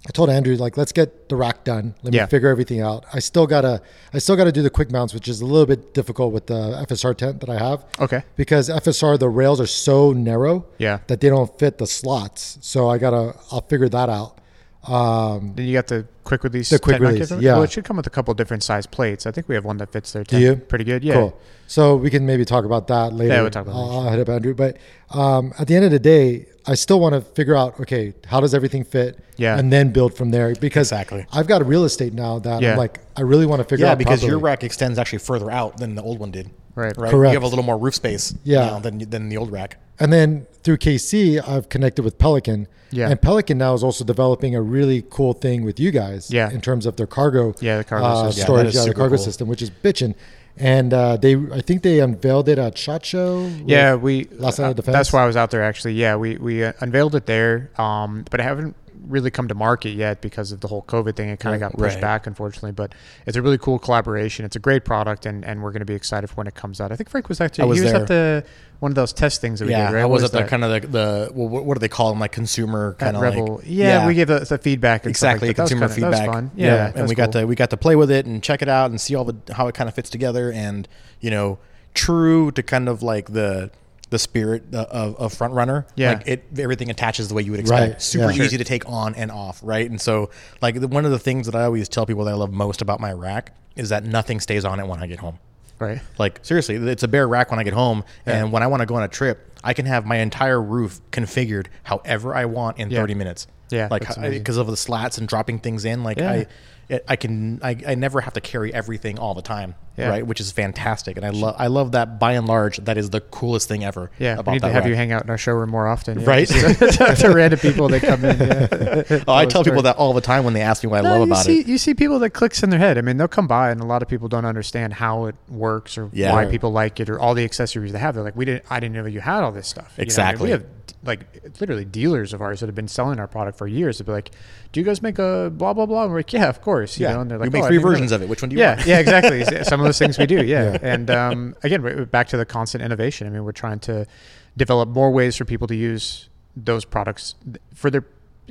A: I told Andrew like let's get the rack done. Let
C: Yeah.
A: me figure everything out. I still gotta I still gotta do the quick mounts, which is a little bit difficult with the FSR tent that I have.
C: Okay.
A: because FSR the rails are so narrow
C: Yeah.
A: that they don't fit the slots. So I gotta I'll figure that out. Um,
C: Then you got the quick release.
A: The quick
C: tent mount
A: release,
C: kit?
A: yeah.
C: Well, it should come with a couple different size plates. I think we have one that fits their tent
A: you?
C: pretty good. Yeah.
A: Cool. So we can maybe talk about that later.
C: Yeah, we'll talk about
A: I'll,
C: that.
A: I'll hit up Andrew. But um, at the end of the day, I still want to figure out okay, how does everything fit?
C: Yeah.
A: and then build from there because
B: Exactly.
A: I've got a real estate now that
C: Yeah.
A: I'm like I really want to figure
B: Yeah,
A: out
B: because your
A: properly.
B: rack extends actually further out than the old one did.
C: Right.
B: Right.
A: Correct.
B: You have a little more roof space.
A: Yeah.
B: now than than the old rack.
A: And then through KC, I've connected with Pelican.
C: Yeah.
A: And Pelican now is also developing a really cool thing with you guys.
C: Yeah.
A: In terms of their cargo.
C: Yeah, the cargo
A: uh,
C: system.
B: that
C: Yeah,
A: storage.
B: is
A: Yeah, the
B: super
A: cargo
B: cool.
A: system, which is bitching. And uh, they, I think they unveiled it at Shot Show. with-
C: Yeah, we.
A: Last Line of
C: uh,
A: Defense?
C: That's why I was out there actually. Yeah, we we uh, unveiled it there, um, but I haven't really come to market yet because of the whole COVID thing. It kind of got pushed
B: Right.
C: back, unfortunately. But it's a really cool collaboration. It's a great product, and, and we're going to be excited for when it comes out. I think Frank was actually
B: I was
C: he was
B: there.
C: at the one of those test things that we
B: Yeah,
C: did. Right?
B: I
C: What
B: was at the
C: that?
B: kind of the, the well, what, what do they call them? Like consumer
C: At
B: kind of
C: Rebel.
B: Like,
C: yeah, we gave us the feedback. And stuff
B: exactly
C: like that. That
B: consumer
C: was kinda-
B: feedback.
C: That was fun. Yeah, that
B: and
C: was
B: we got
C: cool.
B: to we got to play with it and check it out and see all the how it kind of fits together and you know true to kind of like the the spirit uh, of, of front runner
C: Yeah.
B: like it everything attaches the way you would expect
A: Right,
B: super
A: yeah.
B: easy to take on and off right and so like the, one of the things that i always tell people that i love most about my rack is that nothing stays on it when i get home
C: right.
B: like seriously, it's a bare rack when I get home, and when I want to go on a trip, I can have my entire roof configured however I want in
C: Yeah.
B: 30 minutes.
C: Yeah,
B: like
C: that's amazing.
B: because of the slats and dropping things in, like
C: Yeah.
B: I, it- I can, I, I never have to carry everything all the time,
C: Yeah.
B: right? Which is fantastic, and I love, I love that. By and large, that is the coolest thing ever.
C: Yeah,
B: about
C: we need
B: that
C: to have
B: rack.
C: you hang out in our showroom more often. yeah,
B: Right.
C: just to, to random people that come in. Yeah.
B: Oh, I tell
C: Tell a story.
B: people that all the time when they ask me what I
C: No,
B: love
C: you
B: about
C: see,
B: it.
C: You see people that clicks in their head. I mean, they'll come by, and a lot of people don't understand how it works or
B: Yeah.
C: why people like it or all the accessories they have. They're like, we didn't, I didn't know you had all this stuff. You know what I mean?
B: Exactly.
C: We have like literally dealers of ours that have been selling our product for years. They'd be like, do you guys make a blah blah blah? And we're like, yeah, of course. You
B: Yeah.
C: know, and they're
B: We
C: like,
B: make
C: "Oh, I
B: three
C: didn't know
B: versions
C: that."
B: of it. Which one do you
C: yeah,
B: want?
C: yeah, exactly. uh, Some of those things we do, yeah. And um, again, we're- back to the constant innovation. I mean, we're trying to develop more ways for people to use those products th- for their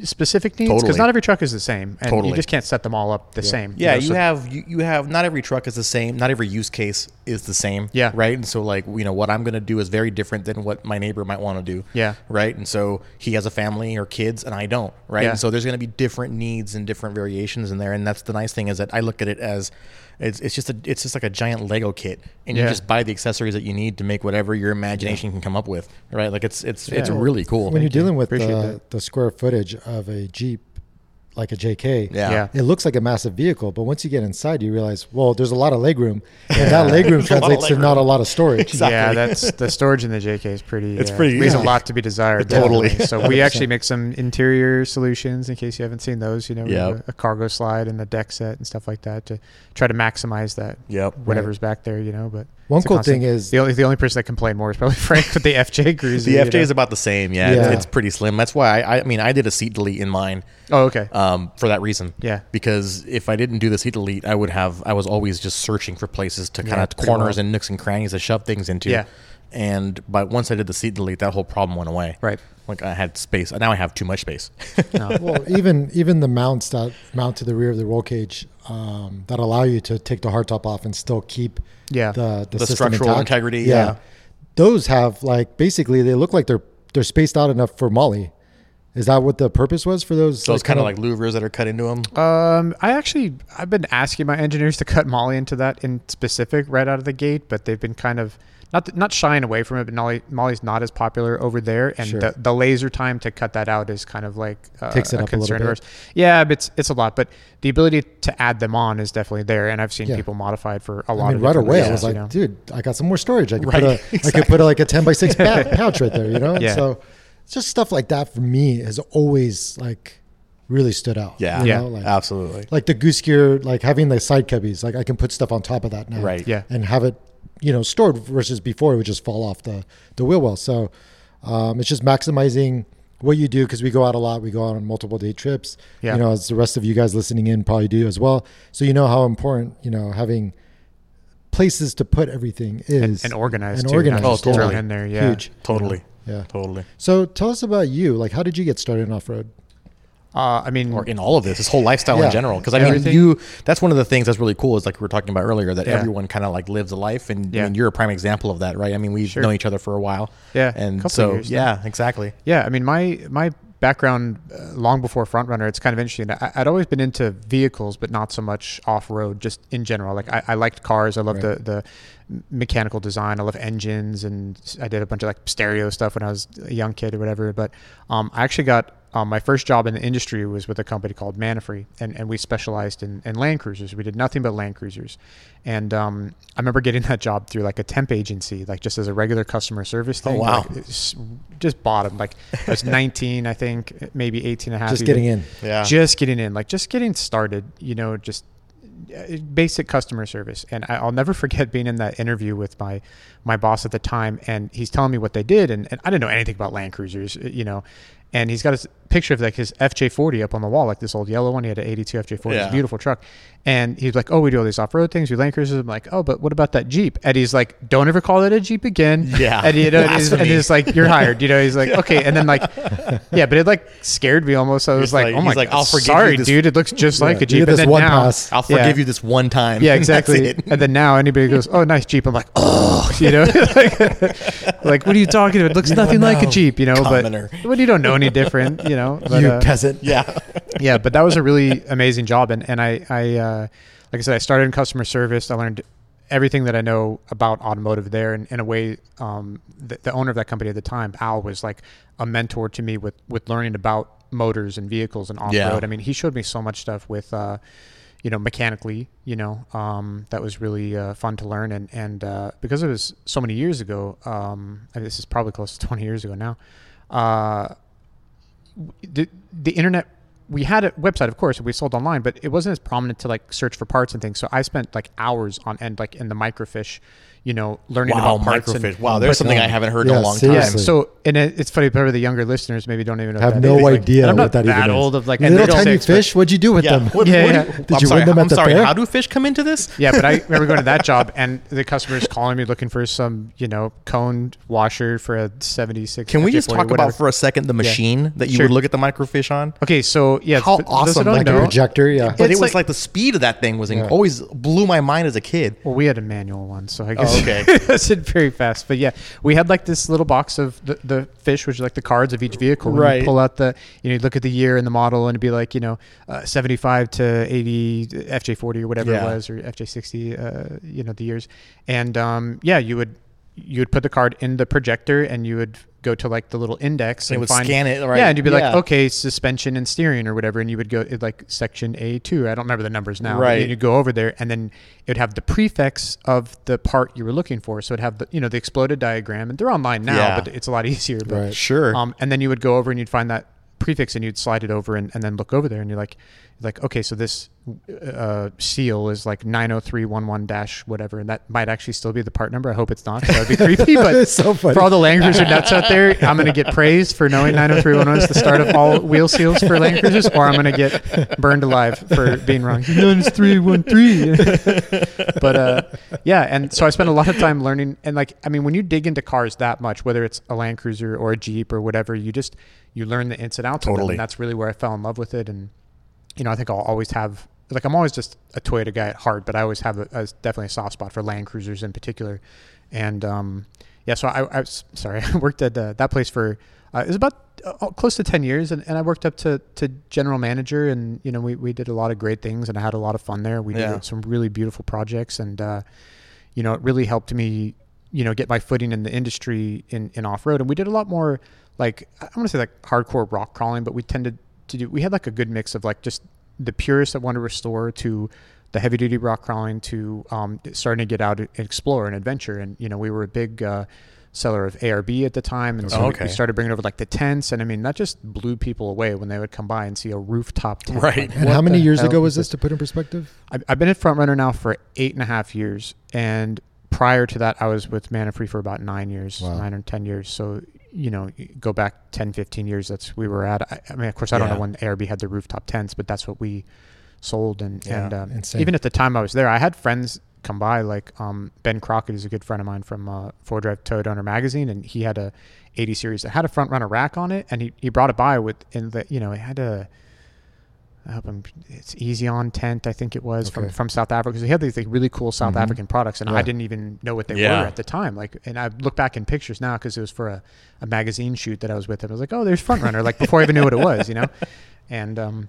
C: specific needs because
B: Totally.
C: not every truck is the same, and
B: Totally.
C: you just can't set them all up the same.
B: Yeah,
C: know,
B: you
C: so-
B: have you, you have not every truck is the same, not every use case is the same.
C: Yeah.
B: Right. And so like, you know, what I'm gonna do is very different than what my neighbor might want to do.
C: Yeah.
B: Right. And so he has a family or kids and I don't. Right.
C: Yeah.
B: And so there's gonna be different needs and different variations in there. And that's the nice thing is that I look at it as it's, it's just a it's just like a giant Lego kit. And
C: Yeah.
B: you just buy the accessories that you need to make whatever your imagination can come up with. Right. Like it's it's it's
C: Yeah.
B: really cool.
A: When you're dealing with
C: Appreciate
A: the,
C: that.
A: the square footage of a Jeep, like a JK,
B: yeah.
C: Yeah.
A: it looks like a massive vehicle, but once you get inside, you realize, well, there's a lot of legroom, and that legroom
B: There's a lot of
A: translates to
B: legroom.
A: not a lot of storage.
B: Exactly.
C: Yeah, that's the storage in the JK is pretty.
B: It's
C: uh,
B: pretty-
C: leaves a
B: yeah.
C: lot to be desired.
B: Totally.
C: definitely. So we actually make some interior solutions in case you haven't seen those. You know, we have
B: Yep.
C: a, a cargo slide and a deck set and stuff like that to try to maximize that.
B: Yep.
C: Whatever's back there, you know. But
A: One
C: it's a
A: cool thing
C: constant-
A: is-
C: the only the only person that complained more is probably Frank with the FJ cruiser.
B: The
C: you
B: FJ is
C: know.
B: about the same, yeah. It's,
A: Yeah.
B: it's pretty slim. That's why I, I mean I did a seat delete in mine.
C: Oh, okay.
B: um, for that reason.
C: Yeah.
B: Because if I didn't do this heat delete, I would have. I was always just searching for places to kind
C: Yeah,
B: of
C: pretty
B: corners
C: wild.
B: and nooks and crannies to shove things into.
C: Yeah.
B: And but once I did the seat delete, that whole problem went away.
C: Right.
B: Like I had space. Now I have too much space.
A: well, even even the mounts that mount to the rear of the roll cage um, that allow you to take the hardtop off and still keep
C: Yeah.
A: the, the,
B: The
A: system
B: structural
A: intact.
B: integrity, yeah.
A: those have like basically they look like they're they're spaced out enough for Molly. Is that what the purpose was for those?
B: Those kind
A: kinda-
B: of like louvers that are cut into them.
C: Um, I actually I've been asking my engineers to cut Molly into that in specific right out of the gate, but they've been kind of not not shying away from it. But Molly, Molly's not as popular over there, and
A: Sure.
C: the, the laser time to cut that out is kind of like uh,
A: Takes it up a little
C: concern of
A: bit.
C: ours. Yeah, but it's it's a lot, but the ability to add them on is definitely there, and I've seen
A: Yeah.
C: people modify it for a lot
A: I mean,
C: of
A: right
C: different
A: away, I was
C: reasons, you
A: like,
C: know?
A: dude, I got some more storage. I could
B: Right,
A: put a, I could put a, like a ten by six pa- pouch right there, you know. And
C: Yeah.
A: So, just stuff like that for me has always like really stood out.
B: Yeah.
A: you
C: Yeah.
A: know, like-
B: Absolutely.
A: like the goose gear, like having the side cubbies, like I can put stuff on top of that now,
B: Right.
C: Yeah.
A: and have it, you know, stored versus before it would just fall off the the wheel well. So um, it's just maximizing what you do because we go out a lot. We go out on multiple day trips.
C: Yeah.
A: you know, as the rest of you guys listening in probably do as well. So you know how important you know having places to put everything is
C: and organized
A: and
C: too, not
A: organized.
B: just throw
A: yeah.
B: it
C: in there, yeah.
A: huge.
B: Totally.
A: Yeah.
B: Totally.
A: So tell us about you. Like, how did you get started in off road?
C: uh, I mean,
B: or in all of this, this whole lifestyle
A: Yeah.
B: in general. Because I mean,
C: Everything.
B: you that's one of the things that's really cool is like we were talking about earlier that
C: Yeah.
B: everyone kind of like lives a life, and
C: Yeah.
B: I mean, you're a prime example of that, right? I mean, we've known each other for a while,
C: Yeah,
B: and
C: couple
B: so
C: years now.
B: yeah, exactly.
C: Yeah, I mean my my background uh, long before Frontrunner, it's kind of interesting. I, I'd always been into vehicles, but not so much off road, just in general. Like I, I liked cars. I loved
A: Right.
C: the, the mechanical design. I love engines, and s- I did a bunch of like stereo stuff when I was a young kid or whatever. But um, I actually got. Um, my first job in the industry was with a company called Manafree, and, and we specialized in, in land cruisers. We did nothing but land cruisers. And um, I remember getting that job through like a temp agency, like just as a regular customer service thing.
B: wow.
C: Like, s- just bottom. Like I was 19, I think, maybe 18 and a half.
A: Just getting in.
B: Yeah.
C: Just getting in, like just getting started, you know, just uh, basic customer service. And I, I'll never forget being in that interview with my, my boss at the time. And he's telling me what they did. And, and I didn't know anything about Land Cruisers, uh, you know, and he's got his picture of like his FJ40 up on the wall, like this old yellow one. He had an 82 FJ40. It's
B: Yeah.
C: a beautiful truck. And he's like, oh, we do all these off-road things. We Land Cruisers. I'm like, oh, but what about that Jeep? And he's like, don't ever call it a Jeep again.
B: Yeah.
C: And, you know, and he's, and
B: Blasphemy.
C: he's like, you're hired. You know, he's like, okay. And then like, yeah, but it like scared me almost. I was
B: It's
C: like,
B: like-
C: oh my
B: he's like,
C: God,
B: I'll forgive you
C: sorry,
B: this-
C: dude. It looks just like
A: you
C: a Jeep.
A: get
C: And
A: this
C: then
A: one
C: now-
A: pass.
B: I'll forgive
C: Yeah.
B: you this one time.
C: Yeah,
B: and that's
C: exactly.
B: it.
C: And then now anybody goes, "Oh, nice Jeep." I'm like, "Oh, you know, like, like, what are you talking about? It looks nothing like a
B: know.
C: Jeep, you know."
B: Commoner.
C: But what you don't know any different, you know. But,
A: you
C: uh,
A: peasant.
B: Yeah.
C: yeah, but that was a really amazing job, and and I I uh, like I said, I started in customer service. I learned everything that I know about automotive there, and in a way, um, the, the owner of that company at the time, Al, was like a mentor to me with with learning about motors and vehicles and off road.
B: Yeah.
C: I mean, he showed me so much stuff with. Uh, you know, mechanically, you know, um, that was really uh, fun to learn, and and uh, because it was so many years ago, um, and this is probably close to twenty years ago now. Uh, the the internet we had a website of course we sold online but it wasn't as prominent to like search for parts and things so i spent like hours on end like in the microfiche you know learning
B: Wow,
C: about parts and-
B: microfish. Wow, there's something I haven't heard in
A: Yeah,
B: a long
C: yeah
A: seriously.
B: time.
C: so and it, it's funny probably the younger listeners maybe don't even know
A: Have
C: what that
A: no
C: is. Like,
A: idea
C: and i'm
A: what
C: not
A: that
C: that
A: even is.
C: old of like
A: little
C: middle
A: tiny
C: six, but-
A: fish. What'd you do with
B: Yeah.
A: them?
B: What-
C: Yeah,
B: what do
C: yeah.
B: you-
A: Did
B: I'm
A: you
B: sorry,
A: win them
B: I'm
A: at the
B: sorry.
A: fair?
B: How do fish come into this?
C: yeah, but I remember going to that job and the customers calling me looking for some, you know, cone washer for a 76.
B: Can we
C: FJ40,
B: just talk
C: whatever.
B: about for a second the machine that you
C: Sure.
B: would look at the microfish on?
C: Okay, so yeah,
B: How
C: for those that
B: awesome
C: don't
B: that
A: The
C: know-
A: projector. Yeah.
B: But
C: It's
B: it was like,
C: like-
B: the speed of that thing was in, always blew my mind as a kid.
C: Well, we had a manual one, so I guess
B: Oh, okay.
C: it wasn't very fast. But yeah, we had like this little box of the, the fish, which are like the cards of each vehicle. When
B: Right.
C: You pull out the, you know, you look at the year and the model, and it'd be like, you know, uh, 75 to uh, 80 FJ40 or whatever
B: Yeah.
C: it was, or FJ60, uh, you know, the years. And um, yeah, you would you would put the card in the projector, and you would go to like the little index
B: And it
C: and
B: would
C: find,
B: scan it, right?
C: Yeah, and you'd be
B: Yeah.
C: like, okay, suspension and steering or whatever, and you would go it, like section A2. I don't remember the numbers now. but
B: Right.
C: you'd go over there and then it would have the prefix of the part you were looking for. So it'd have the you know the exploded diagram and they're online now,
B: Yeah.
C: but it's a lot easier. But,
A: Right.
B: Sure.
C: Um, and then you would go over and you'd find that prefix and you'd slide it over and, and then look over there and you're like like okay so this uh, seal is like 90311 dash whatever and that might actually still be the part number i hope it's not 'cause that would be creepy but
A: It's so funny.
C: for all the land cruiser nuts out there i'm going to get praised for knowing 90311 is the start of all wheel seals for land cruisers or i'm going to get burned alive for being wrong 90313 but uh, yeah, and so I spent a lot of time learning. And like, I mean, when you dig into cars that much, whether it's a Land Cruiser or a Jeep or whatever, you just you learn the ins and outs. Of them,
B: Totally.
C: and that's really where I fell in love with it. And you know, I think I'll always have like I'm always just a Toyota guy at heart, but I always have a, a definitely a soft spot for Land Cruisers in particular. And um, yeah, so I, I was sorry, I worked at uh, that place for uh, it was about uh, close to 10 years and, and I worked up to, to general manager and you know we, we did a lot of great things and I had a lot of fun there we
B: Yeah.
C: did some really beautiful projects and uh, you know it really helped me you know get my footing in the industry in, in off-road and we did a lot more like I want to say like hardcore rock crawling but we tended to do we had like a good mix of like just the purists that want to restore to the heavy duty rock crawling to um, starting to get out and explore and adventure and you know we were a big uh, seller of ARB at the time and so we-
B: Okay.
C: we started bringing over like the tents and I mean that just blew people away when they would come by and see a rooftop tent
B: Right.
C: Like,
A: And
C: what
A: how many
C: the
A: years
C: hell
A: ago
C: is
A: was this to put in perspective?
C: I've, I've been at Frontrunner now for eight and a half years, and prior to that, I was with Manafree for about nine years,
A: Wow.
C: nine or ten years. So you know, you go back 10, 15 years. That's we were at. I, I mean, of course, I don't
B: Yeah.
C: know when ARB had the rooftop tents, but that's what we sold. And
B: Yeah,
C: and um,
A: insane.
C: even at the time I was there, I had friends come by. Like um, Ben Crockett is a good friend of mine from uh, Four Drive Toad Owner Magazine, and he had a 80 series that had a front runner rack on it, and he, he brought it by with in the you know it had a I hope I'm, it's Easy On Tent, I think it was from,
A: Okay. Mm-hmm.
C: from South Africa. Because they had these like, really cool South African products, and I
A: Yeah.
C: didn't even know what they
B: Yeah.
C: were at the time. Like, and I look back in pictures now because it was for a, a magazine shoot that I was with. And I was like, oh, there's Front Runner, like before I even knew what it was, you know. And um,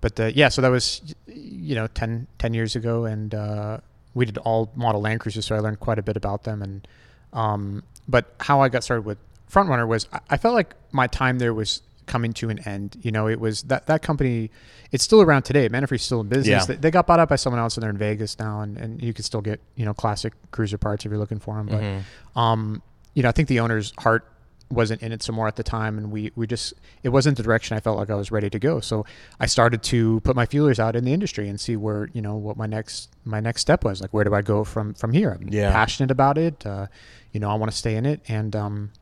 C: but uh, yeah, so that was you know 10, 10 years ago, and uh, we did all model Land Cruisers, so I learned quite a bit about them. And um, but how I got started with Front Runner was I, I felt like my time there was coming to an end. You know, it was that that company. It's still around today. Manafree's still in business.
B: Yeah.
C: They, they got bought out by someone else, and they're in Vegas now. And, and you can still get you know classic cruiser parts if you're looking for them. But um, you know, I think the owner's heart wasn't in it some more at the time and we we just it wasn't the direction I felt like I was ready to go. So I started to put my feelers out in the industry and see where, you know, what my next my next step was. Like where do I go from from here? I'm
B: Yeah.
C: passionate about it. Uh, you know, I want to stay in it and um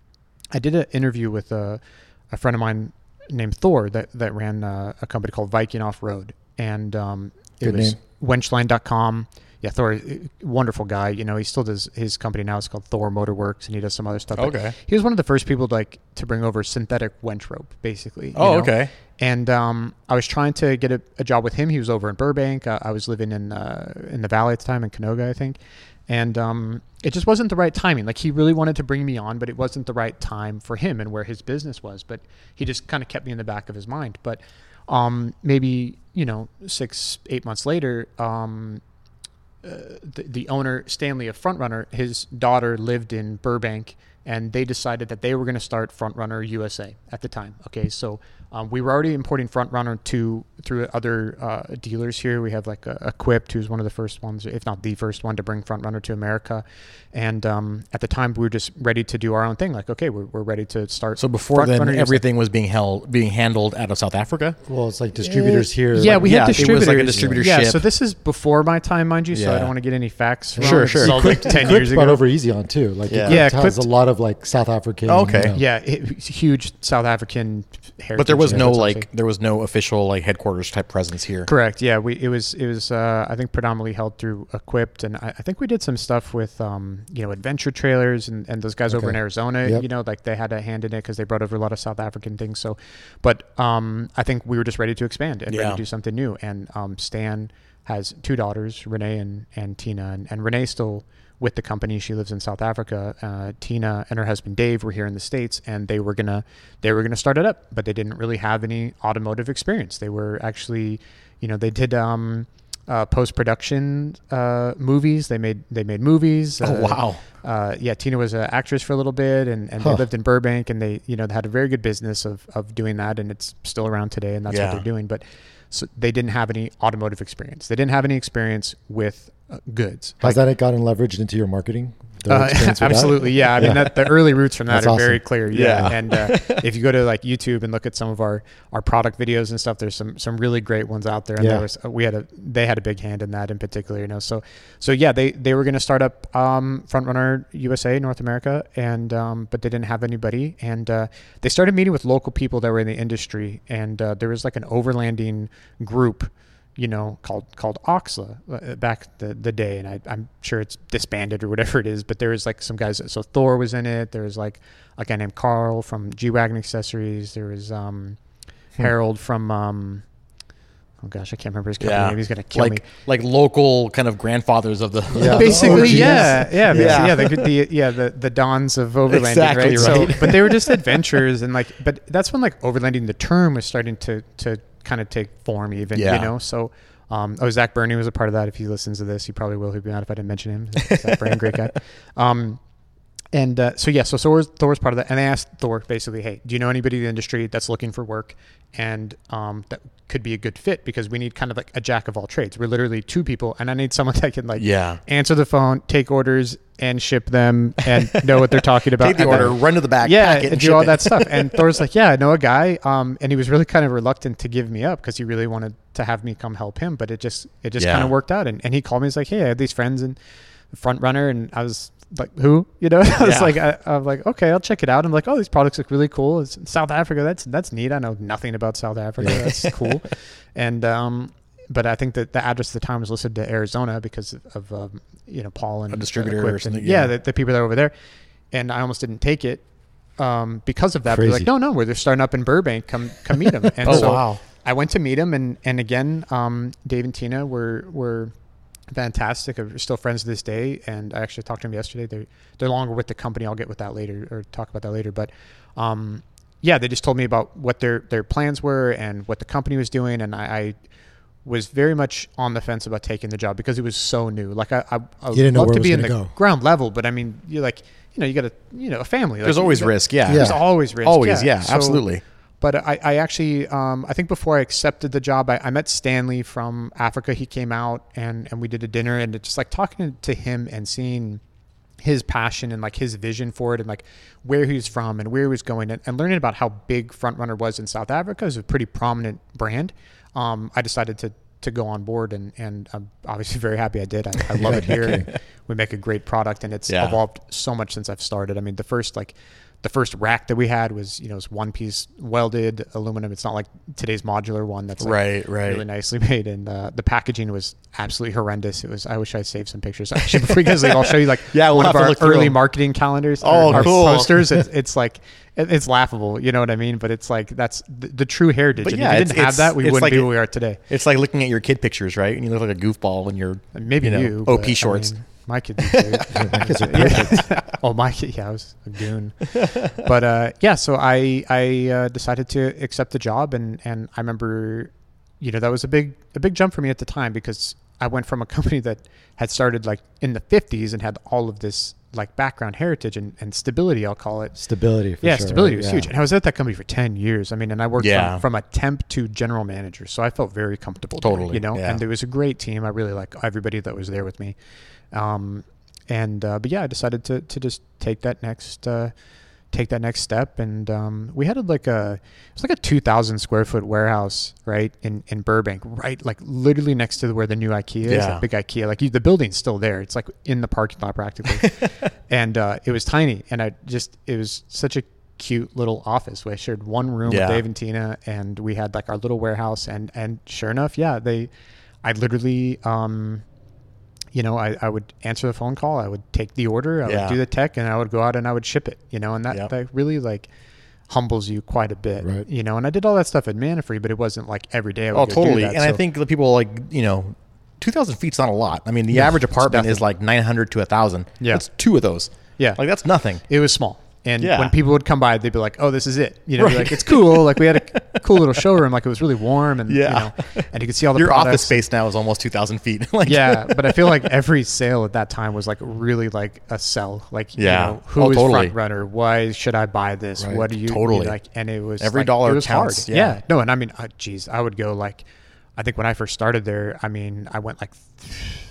C: I did an interview with a, a friend of mine named Thor that that ran uh, a company called Viking Off Road and um it
A: Good
C: was
A: name.
C: wenchline.com. Yeah, Thor, uh, wonderful guy. You know, he still does his company now. It's called Thor Motorworks, and he does some other stuff. But
B: Okay.
C: he was one of the first people to, like to bring over synthetic wench rope, basically. you
B: Oh,
C: know?
B: okay.
C: And um, I was trying to get a, a job with him. He was over in Burbank. Uh, I was living in uh, in the valley at the time in Canoga, I think. And um, it just wasn't the right timing. Like he really wanted to bring me on, but it wasn't the right time for him and where his business was. But he just kind of kept me in the back of his mind. But um, maybe you know, six eight months later, um, the, the owner Stanley of Frontrunner, his daughter lived in Burbank, and they decided that they were going to start Frontrunner USA at the time. Okay, so um, we were already importing Frontrunner to through other uh, dealers here. We have like uh, Equipped, who's one of the first ones, if not the first one, to bring Frontrunner to America. And um, at the time, we were just ready to do our own thing. Like, okay, we're, we're ready to start.
B: So before
C: Front
B: then,
C: Runner USA.
B: everything was being held, being handled out of South Africa.
A: Well, it's like distributors here.
C: Yeah, we
B: yeah,
C: had
B: it was like a
C: distributors.
B: distributorship.
C: Yeah, so this is before my time, mind you. So I
B: Yeah.
C: don't want to get any facts. Wrong.
B: Sure,
C: This
B: sure.
C: is all, like ten years ago.
A: brought over Easy on too. Like
B: Yeah.
A: yeah,
C: Yeah,
A: has a
C: Equipped-
A: lot of like South African.
B: Okay.
A: you know.
C: Yeah, it, it's a huge South African heritage.
B: But there was
C: and
B: no
C: that's
B: like,
C: actually-
B: there was no official like headquarters type presence here.
C: Correct. Yeah, we it was it was uh, I think predominantly held through Equipped, and I, I think we did some stuff with um, you know adventure trailers and, and those guys over in
A: Okay.
C: Arizona.
A: Yep.
C: You know, like they had a hand in it because they brought over a lot of South African things. So, but um, I think we were just ready to expand and ready
B: Yeah.
C: to do something new. And um, Stan has two daughters, Renee and and Tina, and, and Renee's still with the company. She lives in South Africa. Uh, Tina and her husband Dave were here in the states, and they were gonna they were gonna start it up, but they didn't really have any automotive experience. They were actually, you know, they did um, uh, post production uh, movies. They made they made movies.
B: Oh,
C: uh,
B: wow.
C: uh, yeah, Tina was an actress for a little bit, and, and
A: Huh.
C: they lived in Burbank, and they you know they had a very good business of, of doing that, and it's still around today, and that's what
B: Yeah.
C: they're doing. But so they didn't have any automotive experience. They didn't have any experience with uh, goods.
A: Has that gotten leveraged into your marketing? The
C: Uh,
A: experience with that?
C: absolutely, yeah. I mean, that, the early roots from that
A: That's
C: are
A: awesome.
C: very clear. Yeah,
B: Yeah.
C: and uh, if you go to like YouTube and look at some of our our product videos and stuff, there's some some really great ones out there. And
A: Yeah.
C: there was uh, we had a they had a big hand in that in particular, you know. So so yeah, they they were going to start up um, Frontrunner USA North America, and um, but they didn't have anybody, and uh, they started meeting with local people that were in the industry, and uh, there was like an overlanding group you know, called called Oxla uh, back the, the day, and I, I'm sure it's disbanded or whatever it is. But there was like some guys. So Thor was in it. There was like a guy named Carl from G Wagon Accessories. There was um, Harold from um, oh gosh, I can't remember his company name. He's gonna kill
B: like
C: me.
B: like local kind of grandfathers of the
A: Yeah.
C: Basically,
A: OGs.
C: yeah, yeah, basi-
B: Oh,
C: yeah,
B: Yeah.
C: the, the yeah the the dons of overlanding,
B: Exactly
C: right? So,
B: right.
C: but they were just adventures, and like, but that's when like overlanding, the term was starting to to kind of take form, even
B: Yeah.
C: you know. So, um, oh, Zach Burney was a part of that. If he listens to this, he probably will. He'd be mad if I didn't mention him. Zach Burney, great guy. Um, and uh, so yeah, so Thor's, Thor's part of that, and they asked Thor basically, "Hey, do you know anybody in the industry that's looking for work, and um, that could be a good fit because we need kind of like a jack of all trades. We're literally two people, and I need someone that can like
B: Yeah.
C: answer the phone, take orders, and ship them, and know what they're talking about.
B: Take the
C: and then-
B: order, run to the back,
C: yeah,
B: pack it,
C: and
B: and
C: do
B: ship
C: all
B: it.
C: that stuff. And Thor's like, yeah, I know a guy, um, and he was really kind of reluctant to give me up because he really wanted to have me come help him, but it just it just
B: Yeah.
C: kind of worked out. And and he called me, he's like, hey, I have these friends and front runner, and I was like, who? You know, I was
B: Yeah.
C: like, I, I'm like, okay, I'll check it out. I'm like, oh, these products look really cool. It's in South Africa. That's that's neat. I know nothing about South Africa. That's cool. And um, but I think that the address at the time was listed to Arizona because of um, you know Paul and
B: A distributor
C: and
B: or
C: Equipped and-
B: something,
C: yeah,
B: yeah.
C: the, the people that are over there. And I almost didn't take it um, because of that. But they're
A: Crazy.
C: like, no, no, we're they're starting up in Burbank. Come, come meet them. And
B: Oh,
C: so
B: wow.
C: I went to meet him, and and again, um, Dave and Tina were were fantastic. We're still friends to this day, and I actually talked to him yesterday. They're they're no longer with the company. I'll get with that later or talk about that later. But um, yeah, they just told me about what their their plans were and what the company was doing, and I. I was very much on the fence about taking the job because it was so new. Like I, I, I
A: You didn't know
C: love
A: where
C: to
A: it
C: be
A: was
C: in the
A: gonna go.
C: ground level, but I mean, you're like, you know, you got a, you know, a family. Like,
B: There's
C: you
B: always
C: got-
B: risk. Yeah.
A: Yeah.
C: There's always risk.
B: Always, yeah,
C: So-
B: absolutely.
C: But I, I actually, um, I think before I accepted the job, I, I met Stanley from Africa. He came out and, and we did a dinner and it just like talking to him and seeing his passion and like his vision for it and like where he was from and where he was going and, and learning about how big Frontrunner was in South Africa is a pretty prominent brand. Um, I decided to to go on board and, and I'm obviously very happy I did. I, I love it here. and we make a great product and it's
B: Yeah.
C: evolved evolved so much since I've started. I mean, the first like the first rack that we had was you know it's one piece welded aluminum. It's not like today's modular one that's like,
B: Right, right.
C: really nicely made. And uh, the packaging was absolutely horrendous. It was. I wish I saved some pictures actually before you guys leave. I'll show you like
B: Yeah, we'll
C: one
B: have
C: of
B: to
C: our
B: look through
C: early
B: them.
C: marketing calendars.
B: Oh,
C: or our
B: cool.
C: posters. It's, it's like it- it's laughable. You know what I mean? But it's like that's the, the true heritage.
B: But
C: and
B: yeah,
C: if we
B: it's-
C: didn't have
B: it's-
C: that, we
B: it's
C: wouldn't
B: like
C: be
B: it-
C: where we are today.
B: It's like looking at your kid pictures, right? And you look like a goofball when you're
C: Maybe
B: you
C: you,
B: know,
C: but,
B: OP
C: I mean,
B: shorts.
C: my kids are great.
A: My kids are
C: oh, my kid, yeah, I was a goon. but uh, yeah, so I I uh, decided to accept the job, and and I remember, you know, that was a big a big jump for me at the time because I went from a company that had started like in the '50s and had all of this like background heritage and, and stability, I'll call it,
A: Stability. For
C: yeah,
A: sure,
C: stability
A: right?
C: was
A: Yeah.
C: huge. And I was at that company for 10 years. I mean, and I worked
B: Yeah.
C: from, from a temp to general manager. So I felt very comfortable. there,
B: Totally,
C: you know,
B: yeah.
C: and there was a great team. I really like everybody that was there with me. Um, and, uh, but yeah, I decided to, to just take that next, uh, take that next step. And, um, we had like a, it's like a 2000 square foot warehouse, right. In, in Burbank, right. Like literally next to where the new Ikea is,
B: Yeah.
C: that big Ikea. Like you, the building's still there. It's like in the parking lot practically. and uh, it was tiny. And I just it was such a cute little office. We shared one room
B: Yeah.
C: with Dave and Tina, and we had like our little warehouse. And and sure enough, yeah, they, I literally, um, you know, I, I would answer the phone call, I would take the order, I
B: Yeah.
C: would do the tech, and I would go out and I would ship it. You know, and that
B: Yep.
C: that really like humbles you quite a bit
A: Right.
C: you know and i did all that stuff at manafree but it wasn't like every day I would
B: Oh,
C: go do
B: totally.
C: that,
B: and I
C: so-
B: think the people like you know, two thousand feet's not a lot. I mean, the average
C: it's
B: apartment is
C: nothing.
B: like nine hundred to thousand.
C: Yeah.
B: that's two of those.
C: Yeah.
B: like that's nothing.
C: It was small. And
B: Yeah.
C: when people would come by, they'd be like, "Oh, this is it." You know, they'd be
B: Right.
C: like it's cool. Like we had a cool little showroom. Like it was really warm, and
B: Yeah.
C: you know, and you could see all the
B: Your office
C: products.
B: space now is almost two thousand feet. like,
C: Yeah, but I feel like every sale at that time was like really like a sell. Like,
B: Yeah.
C: you know, who is
B: Oh, totally.
C: front runner? Why should I buy this?
A: Right.
C: What do you
B: Totally.
C: like? And it was
B: Every
C: like,
B: dollar
C: it was
B: counts,
C: Hard.
B: yeah.
C: Yeah. no, and I mean, uh, geez, I would go like, I think when I first started there, I mean, I went like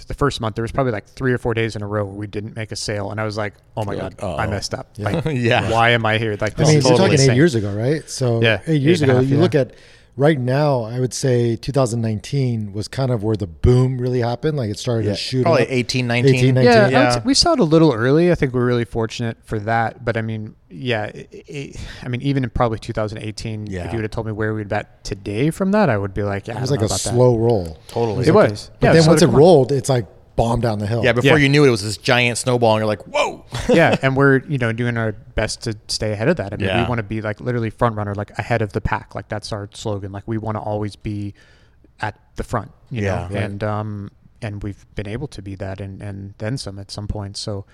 C: the first month. There was probably like three or four days in a row where we didn't make a sale, and I was like, oh my
B: You're
C: god,
B: like, uh-oh.
C: I messed up. Like,
B: Yeah. Oh,
C: why am I here? Like,
A: I
C: this
A: mean,
C: is
A: you're talking
C: insane.
A: eight years ago, right? So
C: Yeah,
A: eight years
C: eight and a
A: ago,
C: half,
A: you
C: yeah.
A: look at right now. I would say 2019 was kind of where the boom really happened. Like it started to shoot.
B: probably
A: up.
B: 18, 19.
A: 18, 19.
C: Yeah, I
B: Yeah.
C: would say- we saw it a little early. I think we're really fortunate for that. But I mean, yeah, it, it, I mean, even in probably 2018,
B: Yeah.
C: if you would have told me where we'd bet today from that, I would be like, yeah,
A: It was
C: I
A: like
C: don't know
A: a
C: about
A: slow roll.
B: Totally.
C: That. It was.
A: But
C: yeah,
A: then
C: so
A: once it
C: did mine.
A: rolled, it's like bomb down the hill.
B: Yeah, before
C: Yeah.
B: you knew it, it was this giant snowball, and you're like, "Whoa!"
C: yeah, and we're you know doing our best to stay ahead of that. I mean,
B: Yeah.
C: we want to be like literally front runner, like ahead of the pack. Like that's our slogan. Like we want to always be at the front. You
B: Yeah.
C: yeah,
B: Right.
C: and um and we've been able to be that and and then some at some point. So,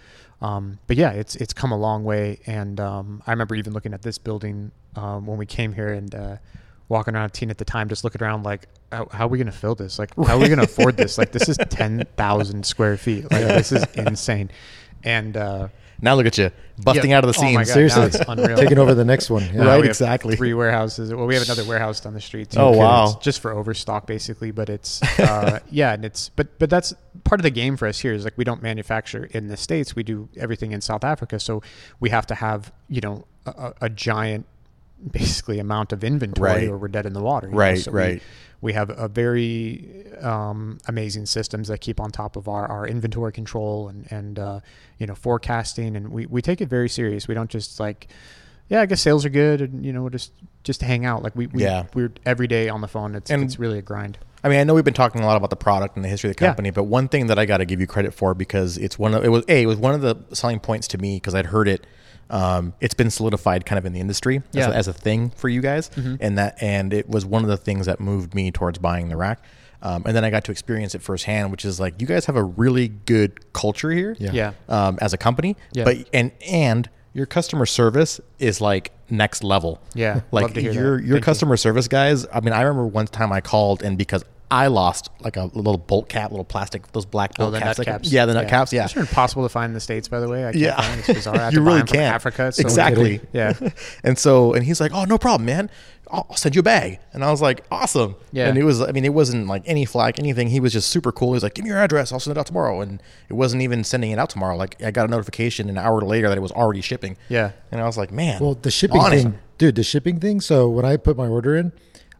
C: um, but yeah, it's it's come a long way. And um, I remember even looking at this building um, when we came here and. Uh, Walking around, Teen at the time, just looking around, like, how, how are we going to fill this? Like, how are we going to afford this? Like, this is ten thousand square feet. Like, this is insane. And uh,
B: now look at you busting
C: Yeah.
B: out of the
C: Oh my
B: seams.
C: God,
A: Seriously,
C: now it's unreal.
A: taking over the next one. Yeah.
C: Now
B: Right,
C: we have
B: exactly.
C: Three warehouses. Well, we have another warehouse down the street. Too.
B: Oh, wow.
C: It's just for overstock, basically. But it's uh, yeah, and it's but but that's part of the game for us here is like we don't manufacture in the states. We do everything in South Africa, so we have to have you know a, a a giant basically amount of inventory,
B: Right.
C: or we're dead in the water. you know?
B: Right,
C: So we-
B: right.
C: we have a very um, amazing systems that keep on top of our, our inventory control and and uh, you know forecasting and we, we take it very serious we don't just like yeah i guess sales are good and you know we'll just just hang out like we, we
B: Yeah.
C: we're every day on the phone it's
B: And-
C: it's really a grind
B: I mean, I know we've been talking a lot about the product and the history of the
C: Yeah.
B: company, but one thing that I got to give you credit for because it's one of it was a it was one of the selling points to me because I'd heard it um, it's been solidified kind of in the industry as,
C: Yeah. Mm-hmm.
B: a, as a thing for you guys, and that and it was one of the things that moved me towards buying the rack. Um, and then I got to experience it firsthand, which is like you guys have a really good culture here,
A: Yeah.
C: Yeah.
B: um, as a company,
C: Yeah.
B: but and and your customer service is like next level,
C: Yeah,
B: Like
C: love to hear that.
B: your your
C: Thank you.
B: customer service guys. I mean, I remember one time I called and because I lost like a little bolt cap, little plastic, those black bolt
C: Oh, the
B: Oh, caps,
C: nut
B: like-
C: caps.
B: yeah, the nut caps, yeah.
C: These are impossible to find in the states, by the way. I can't
B: Yeah,
C: find them. It's bizarre. I have
B: you
C: to buy
B: really
C: them from
B: can't.
C: Africa. It's so
B: exactly.
C: weird. Yeah.
B: and so, and he's like, "Oh, no problem, man. I'll, I'll send you a bag." And I was like, "Awesome."
C: Yeah.
B: And it was, I mean, it wasn't like any flack, anything. He was just super cool. He's like, "Give me your address. I'll send it out tomorrow." And it wasn't even sending it out tomorrow. Like, I got a notification an hour later that it was already shipping.
C: Yeah.
B: And I was like, "Man."
A: Well, the shipping
B: on it.
A: thing, dude, the shipping thing. So when I put my order in,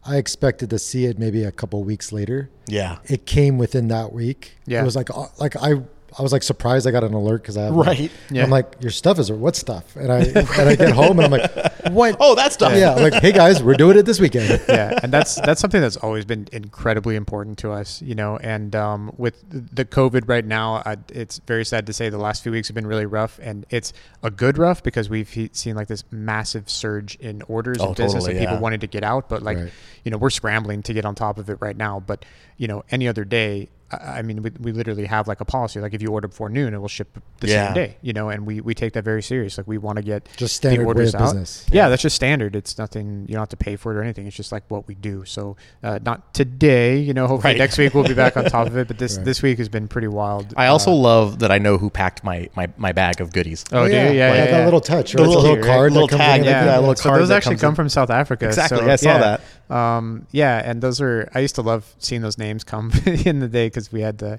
A: I expected to see it maybe a couple weeks later.
B: Yeah.
A: It came within that week.
C: Yeah.
A: It was like, uh, like I, I was like surprised I got an alert because I have like-
B: Right.
A: I'm
C: Yeah.
A: like, your stuff is what stuff? And I and I get home and I'm like, what?
B: Oh, that stuff.
A: yeah. I'm like, hey guys, we're doing it this weekend.
C: yeah, and that's that's something that's always been incredibly important to us, you know. And um, with the COVID right now, I, it's very sad to say the last few weeks have been really rough, and it's a good rough because we've he- seen like this massive surge in orders
B: Oh,
C: and business
B: totally,
C: and people
B: yeah.
C: wanting to get out, but like
A: Right.
C: you know we're scrambling to get on top of it right now. But you know, any other day. I I mean, we, we literally have like a policy. Like, if you order before noon, it will ship the
B: Yeah.
C: same day. You know, and we, we take that very serious. Like, we want to get
A: Just
C: the
A: standard way
C: orders
A: of
C: out.
A: business.
C: Yeah, that's just standard. It's nothing. You don't have to pay for it or anything. It's just like what we do. So uh, not today. You know, hopefully
B: Right.
C: next week we'll be back on top of it. But this
A: Right.
C: this week has been pretty wild.
B: I also love that I know who packed my my, my bag of goodies.
C: Uh, oh, do you? yeah, yeah, yeah,
A: that little touch,
B: The
A: right? It's a
B: little-
A: little card,
B: little
A: that comes
B: tag,
A: in,
B: yeah,
A: like,
B: little
C: so
B: card
C: those
B: that
C: actually
B: comes
C: come
B: in.
C: from South Africa.
B: Exactly,
C: So,
B: I saw
C: yeah. Um, yeah, and those are. I used to love seeing those names come in the day because we had the.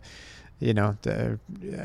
C: You know, the,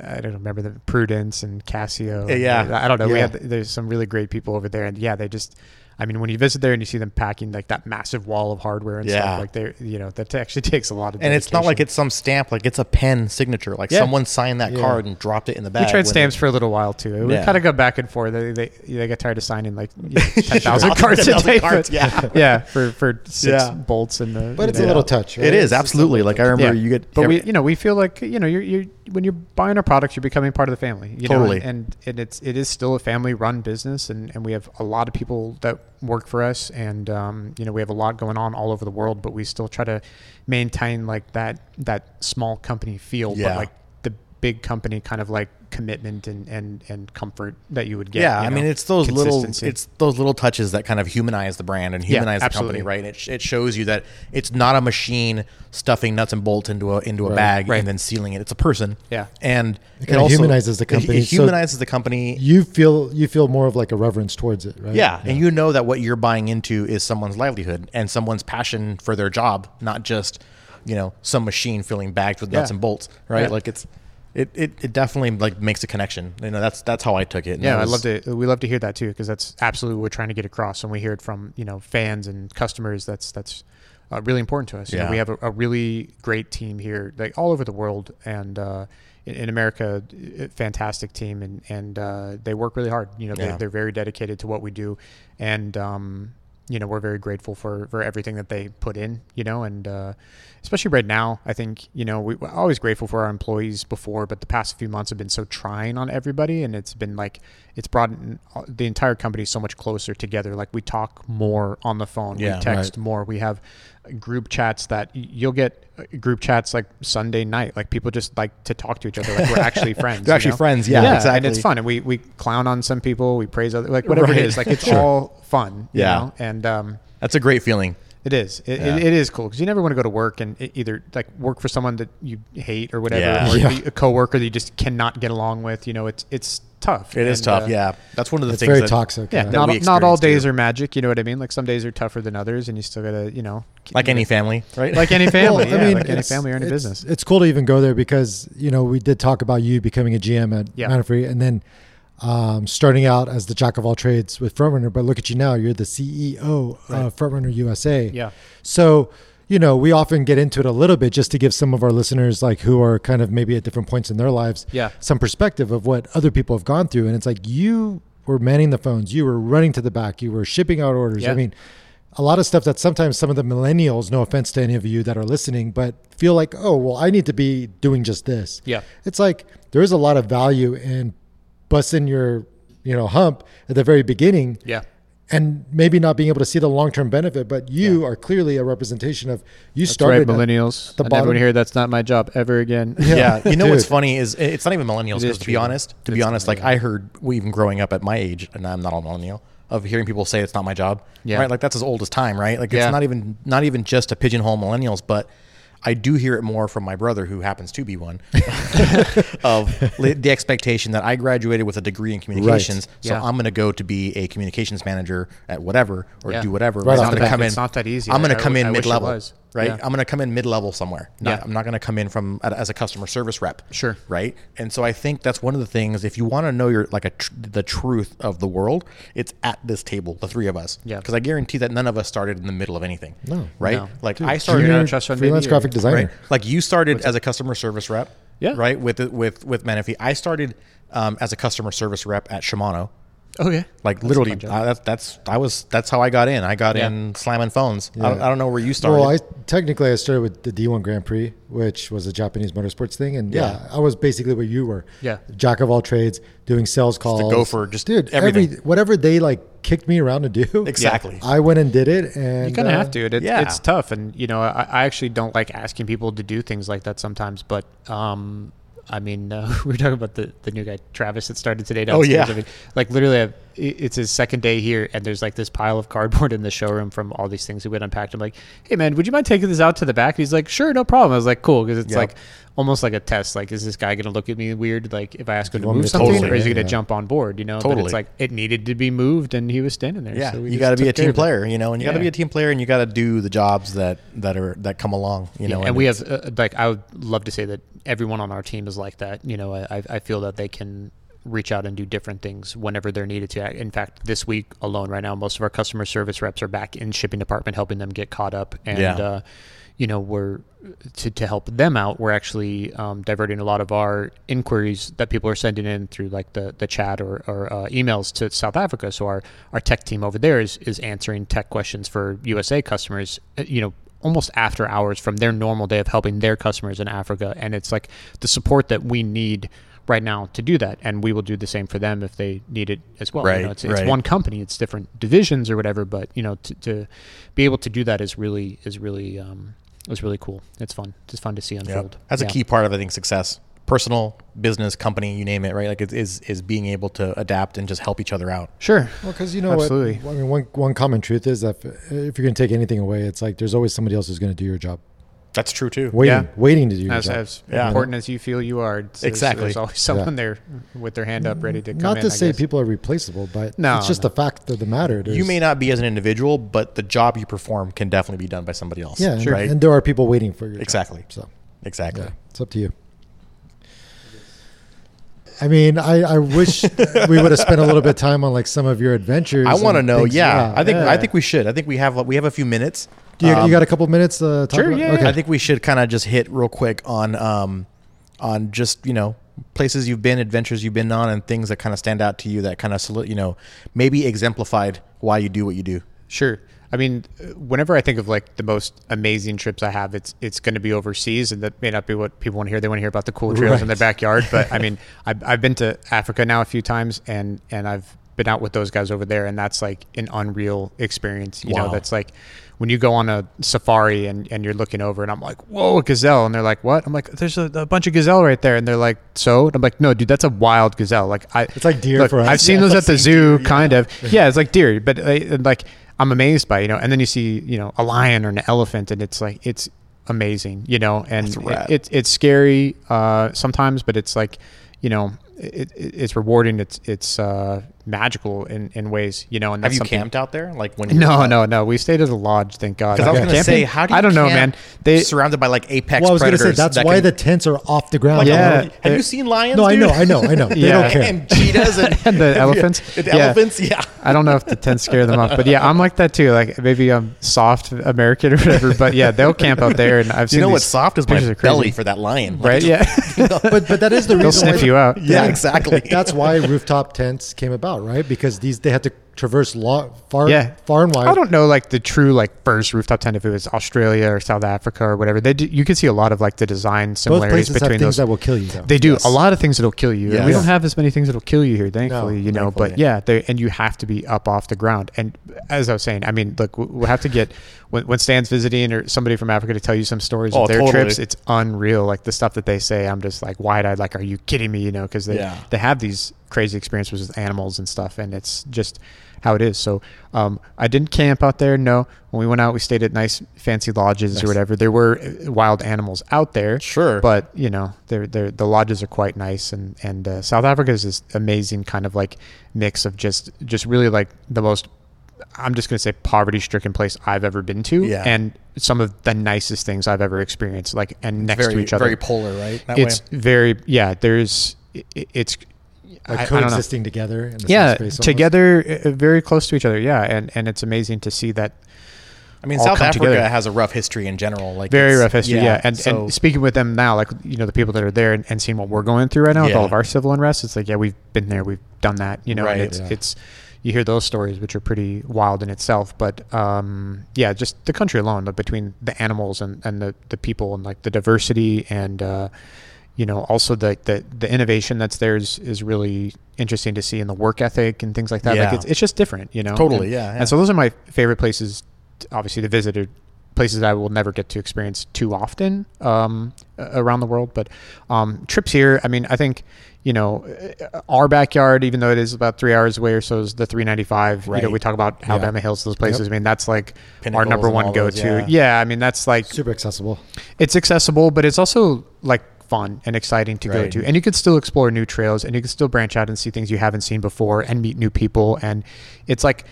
C: I don't remember the Prudence and Cassio. and-
B: Yeah.
C: I don't know. We
A: Yeah.
C: had there's some really great people over there, and yeah, they just. I mean, when you visit there and you see them packing like that massive wall of hardware and
B: Yeah.
C: stuff, like they, you know, that actually takes a lot of.
B: And it's not like
C: dedication.
B: it's some stamp; like it's a pen signature. Like
C: Yeah.
B: someone signed that
A: Yeah.
B: card and dropped it in the bag.
C: We tried
B: when-
C: stamps for a little while too. We
B: Yeah.
C: kind of go back and forth. They they, they got tired of signing like you know, ten
B: Sure.
C: thousand cards a
B: 10,000
C: day.
B: cards,
C: but-
B: yeah.
C: yeah, for for six
B: Yeah.
C: bolts and the.
A: But it's
C: you
A: a
C: know.
A: little touch. Right?
B: It is
A: It's just a
B: absolutely.
A: little
B: Like I
A: touch.
B: remember,
C: Yeah.
B: you get.
C: But
B: every-
C: we, you know, we feel like you know, you're you're when you're buying our products, you're becoming part of the family. You know,
B: Totally.
C: And, and it's it is still a family run business, and and we have a lot of people that work for us, and um, you know, we have a lot going on all over the world, but we still try to maintain like that that small company feel,
B: Yeah.
C: but like the big company kind of like commitment and and and comfort that you would get.
B: yeah,
C: you
B: I
C: know,
B: mean, it's those little,
C: consistency.
B: it's those little touches that kind of humanize the brand and
C: Yeah,
B: humanize the
C: absolutely.
B: company, right? And it, sh- it shows you that it's not a machine stuffing nuts and bolts into a into a bag
C: Right.
B: and then sealing it. It's a person.
C: Yeah.
B: and it,
A: kinda humanizes the
B: it- It,
A: company. So-
B: humanizes the company.
A: You feel you feel more of like a reverence towards it, right?
B: Yeah, and you know that what you're buying into is someone's livelihood and someone's passion for their job, not just you know some machine filling bags with nuts
C: Yeah.
B: and bolts, right?
C: Yeah.
B: Like it's it, it it definitely like makes a connection. You know, that's that's how I took it. and
C: Yeah,
B: that
C: I
B: was-
C: love to. We love to hear that too, because that's absolutely what we're trying to get across, and we hear it from you know fans and customers. That's that's uh, really important to us. You know,
B: Yeah.
C: we have a, a really great team here, like all over the world, and uh, in, in America, a fantastic team, and and uh, they work really hard. You know,
B: Yeah.
C: they, they're very dedicated to what we do, and um, you know, we're very grateful for for everything that they put in. You know, and uh, especially right now, I think you know we, we're always grateful for our employees before, but the past few months have been so trying on everybody, and it's been like it's brought in, the entire company so much closer together. Like we talk more on the phone,
B: Yeah,
C: we text more, we have group chats that y- you'll get uh, group chats like Sunday night. Like people just like to talk to each other, like we're actually friends.
B: They're
C: you
B: actually
C: know?
B: friends, yeah,
C: and it's
B: exactly.
C: fun, and we we clown on some people, we praise other, like whatever
B: Right.
C: it is, like it's all fun, you
B: Yeah.
C: know? and um.
B: that's a great feeling.
C: It is. It,
B: Yeah.
C: it, it is cool because you never want to go to work and e- either like work for someone that you hate or whatever,
B: Yeah.
C: or
A: Yeah.
C: be a coworker that you just cannot get along with. You know, it's it's tough.
B: It is
C: And,
B: tough.
C: uh,
B: yeah, that's one of the
A: It's
B: things.
A: very
B: that-
A: toxic.
C: Yeah,
A: right?
B: we
C: not, not all
B: experience, too.
C: days are magic. You know what I mean? Like some days are tougher than others, and you still gotta, you know,
B: like any family, right?
C: like any
A: Well,
C: family, yeah, like any
A: it's-
C: family or any
A: it's-
C: business.
A: It's cool to even go there because you know we did talk about you becoming a GM at
C: Yeah.
A: Manor Free and then um, starting out as the jack of all trades with Frontrunner. But look at you now; you're the CEO of Frontrunner USA.
C: Yeah.
A: So you know we often get into it a little bit just to give some of our listeners, like who are kind of maybe at different points in their lives,
C: Yeah.
A: some perspective of what other people have gone through. And it's like you were manning the phones, you were running to the back, you were shipping out orders.
C: Yeah.
A: I mean, a lot of stuff that sometimes some of the millennials, no offense to any of you that are listening, but feel like, oh, well, I need to be doing just this.
C: Yeah.
A: It's like there is a lot of value in busting your you know hump at the very beginning
C: Yeah.
A: and maybe not being able to see the long-term benefit but you are clearly a representation of you
C: That's right,
A: started at-
C: millennials.
A: the
C: I never
A: bottom.
C: want to hear that's not my job ever again.
B: Yeah, you know what's
A: Dude.
B: funny is it- it's not even millennials.
C: It
B: Because
C: is
B: to be
C: true.
B: honest, to be
C: It's
B: honest, like I heard we even growing up at my age, and I'm not a millennial, of hearing people say it's not my job.
C: Yeah.
B: right. Like that's as old as time, right? Like it's
C: Yeah.
B: not even not even just to pigeonhole millennials, but I do hear it more from my brother, who happens to be one, of li- the expectation that I graduated with a degree in communications, so
C: Yeah.
B: I'm going to go to be a communications manager at whatever or
C: Yeah.
B: do whatever.
A: Right
B: I'm
A: off the
B: gonna
A: bat.
B: come in.
C: It's not that easy.
B: I'm going
C: I-
B: to come
C: I
B: in
C: wish it
B: mid level,
C: was.
B: right?
C: Yeah.
B: I'm going to come in mid level somewhere. Not,
C: Yeah.
B: I'm not going to come in from as a customer service rep.
C: Sure.
B: Right. And so I think that's one of the things. If you want to know your like a tr- the truth of the world, it's at this table, the three of us.
C: Yeah.
B: Because I guarantee that none of us started in the middle of anything.
A: No.
B: Right.
C: No.
B: Like
A: Dude,
B: I
C: You're
B: started.
C: not
A: junior
C: a trust fund
A: freelance
C: baby or-
A: graphic designer
B: Right. Like you started as a customer service rep.
C: Yeah.
B: Right. With with with Menifee, I started um, as a customer service rep at Shimano.
C: Oh yeah.
B: Like literally, I, that's that's I was that's how I got in. I got
C: Yeah.
B: in slamming phones. I, don't, I don't know where you started.
A: Well, I technically I started with the D1 Grand Prix, which was a Japanese motorsports thing, and yeah,
B: Yeah.
A: I was basically where you were.
C: Yeah.
A: jack of all trades, doing sales calls,
B: gopher, just
A: dude, every
B: everything.
A: whatever they like kicked me around to do.
B: Exactly.
A: I went and did it, and
C: You kind of
A: uh,
C: have to. It,
B: yeah.
C: It's tough, and you know, I, I actually don't like asking people to do things like that sometimes. But um, I mean, uh, we were talking about the, the new guy Travis that started today.
B: Oh, yeah.
C: downstairs. I mean, like literally, I've- i it's his second day here, and there's like this pile of cardboard in the showroom from all these things that we had unpacked. I'm like, hey man, would you mind taking this out to the back? he's like, sure, no problem. I was like, cool, because it's
B: Yeah.
C: like almost like a test. Like, is this guy gonna look at me weird? Like, if I ask him to
A: want me
C: move
A: to
C: something,
B: totally-
C: or is he gonna
A: yeah.
C: jump on board? You know, but
B: Totally.
C: it's like it needed to be moved, and he was standing there.
B: Yeah,
C: so we
B: you
C: just
B: got to be
C: took
B: a
C: care
B: team
C: of it.
B: player. You know, and you got to
C: Yeah.
B: be a team player, and you got to do the jobs that that are that come along. You know,
C: Yeah, and we have uh, like I would love to say that everyone on our team is like that. You know, I I- I feel that they can reach out and do different things whenever they're needed to. In fact, this week alone, right now, most of our customer service reps are back in shipping department helping them get caught up and.
B: Yeah.
C: Uh, you know, we're to, to help them out. We're actually um, diverting a lot of our inquiries that people are sending in through like the, the chat or, or uh, emails to South Africa. So our, our tech team over there is, is answering tech questions for USA customers, uh, you know, almost after hours from their normal day of helping their customers in Africa. And it's like the support that we need right now to do that. And we will do the same for them if they need it as well. You know,
B: Right,
C: it's, it's
B: right.
C: one company it's different divisions or whatever but you know to, to be able to do that is really is really um is really cool it's fun it's fun to see unfold
B: that's
C: Yeah.
B: a key part of I think success, personal, business, company, you name it, right? Like it is is being able to adapt and just help each other out.
C: sure
A: Well, because you know, what-
C: Absolutely.
A: I mean, one one common truth is that if, if you're going to take anything away, it's like there's always somebody else who's going to do your job,
B: That's true too.
A: waiting,
C: Yeah.
A: waiting to do your
C: as,
A: job.
C: as
B: Yeah.
C: important as you feel you are it's-
B: Exactly.
C: there's always someone there with their hand up ready to come
A: Not
C: in,
A: to
C: I
A: say
C: guess.
A: people are replaceable, but
C: No,
A: it's just
C: no.
A: the fact of the matter.
B: you
A: There's-
B: may not be as an individual, but the job you perform can definitely be done by somebody else.
A: yeah, and-
B: right.
A: and there are people waiting for your job.
B: exactly.
A: So.
B: Exactly.
A: Yeah, it's up to you. I mean, I, I wish we would have spent a little bit of time on like some of your adventures.
B: I want to
A: and
B: know.
A: things.
B: Yeah, I think
A: yeah.
B: I think we should. I think we have we have a few minutes.
A: Do you,
B: Um,
A: you got a couple minutes. Uh, talk
C: Sure,
A: about-
C: yeah, yeah.
A: Okay.
B: I think we should kind of just hit real quick on um, on just you know places you've been, adventures you've been on, and things that kind of stand out to you that kind of you know maybe exemplified why you do what you do.
C: Sure. I mean, uh, whenever I think of like the most amazing trips I have, it's it's going to be overseas, and that may not be what people want to hear. They want to hear about the cool trails in their backyard. But I mean, I've, I've been to Africa now a few times, and and I've been out with those guys over there, and that's like an unreal experience. You
B: Wow.
C: know, that's like when you go on a safari and, and you're looking over, and I'm like, whoa, a gazelle, and they're like, what? I'm like, there's a, a bunch of gazelle right there, and they're like, so? And I'm like, no, dude, that's a wild gazelle. Like I,
A: It's like deer for us.
C: I've seen
A: Yeah.
C: those at the zoo, kind of. Yeah, it's like deer, but uh, like I'm amazed by you know. And then you see you know a lion or an elephant, and it's like it's amazing, you know. And
B: That's rad.
C: it, it's it's scary uh, sometimes, but it's like you know it, it, it's rewarding. It's it's uh, magical in, in ways, you know. And
B: Have
C: that's
B: you
C: something-
B: camped out there? Like when? you
C: No, no, no. We stayed at a lodge, thank God.
B: Because I was
A: Okay.
B: going to say,
C: Camping?
B: how do you
C: I don't know,
B: camp
C: man. They
B: surrounded by like apex
A: Well, I was going to
B: predators.
A: say that's
B: that
A: why
B: can-
A: the tents are off the ground.
C: Yeah.
B: Have you seen lions?
A: No, I
B: dude?
A: know, I know, I know. They
C: Yeah.
A: don't care.
B: and cheetahs and,
C: And the elephants.
B: The
C: Yeah.
B: elephants, yeah.
C: I don't know if the tents scare them off, but yeah, I'm like that too. Like maybe I'm soft American or whatever, but yeah, they'll camp out there. And I've
B: You
C: seen
B: know
C: these
B: what's soft is
C: pictures
B: my
C: are crazy.
B: belly for that lion, Like,
C: right?
B: just-
C: Yeah,
A: but but that is the reason.
C: they'll sniff
A: why-
C: you out.
B: Yeah, exactly.
A: That's why rooftop tents came about, right? Because these they had to traverse lo- far,
C: Yeah.
A: far and wide.
C: I don't know like the true like first rooftop tent if it was Australia or South Africa or whatever. They do, you can see a lot of like the design
A: Both places
C: similarities
A: have
C: between
A: things
C: those.
A: that will kill you. Though.
C: they do
B: Yes.
C: a lot of things that'll kill you. And We
B: Yes.
C: don't have as many things that'll kill you here, thankfully.
A: No,
C: you know, but
B: thankfully.
C: yeah, they, and you have to be up off the ground. And as I was saying, I mean, look, we- we'll have to get when, when Stan's visiting or somebody from Africa to tell you some stories
B: Oh,
C: of their
B: totally.
C: trips. It's unreal. Like the stuff that they say, I'm just like wide eyed. Like, are you kidding me? You know, because they
B: Yeah.
C: they have these crazy experiences with animals and stuff, and it's just how it is. So um, I didn't camp out there. No, when we went out, we stayed at nice fancy lodges or whatever. There were uh, wild animals out there,
B: Sure.
C: but uh, you know, they're, they're, the lodges are quite nice, and and uh, South Africa is this amazing kind of like mix of just just really like the most. I'm just gonna say poverty-stricken place I've ever been to,
B: Yeah.
C: and some of the nicest things I've ever experienced, like and next
B: very,
C: to each other.
B: very polar, right? That
C: it's very yeah. There's i- i- it's
A: like
C: I- I don't know
A: coexisting together. In the same
C: yeah
A: space almost.
C: together uh, very close to each other yeah and and it's amazing to see that
B: I mean,
C: all
B: South
C: come
B: Africa
C: together.
B: has a rough history in general. Like
C: very
B: it's-
C: rough history yeah, and
B: so-
C: and speaking with them now like you know the people that are there and, and seeing what we're going through right now with
B: Yeah.
C: all of our civil unrest it's like yeah we've been there we've done that you know
B: Right.
C: and it's
A: Yeah.
C: it's you hear those stories which are pretty wild in itself but um yeah just the country alone but between the animals and and the the people and like the diversity and uh you know, also the, the the innovation that's there is, is really interesting to see, and the work ethic and things like that.
B: Yeah.
C: Like it's, it's just different, you know.
B: Totally,
C: And-
B: yeah, yeah.
C: And so those are my favorite places, t- obviously to visit are places I will never get to experience too often um, a- around the world. But um, trips here, I mean, I think, you know, uh, our backyard, even though it is about three hours away or so, is the 395. You
B: Right.
C: know, we talk about Alabama Hills, those places. I mean, that's like our
B: Pinnacles
C: number
B: and
C: one
B: all
C: go
B: those,
C: to.
B: yeah.
C: yeah, I mean, that's like
A: super accessible.
C: it's accessible, but it's also like fun and exciting to go
B: Right.
C: to. And you can still explore new trails and you can still branch out and see things you haven't seen before and meet new people. And it's like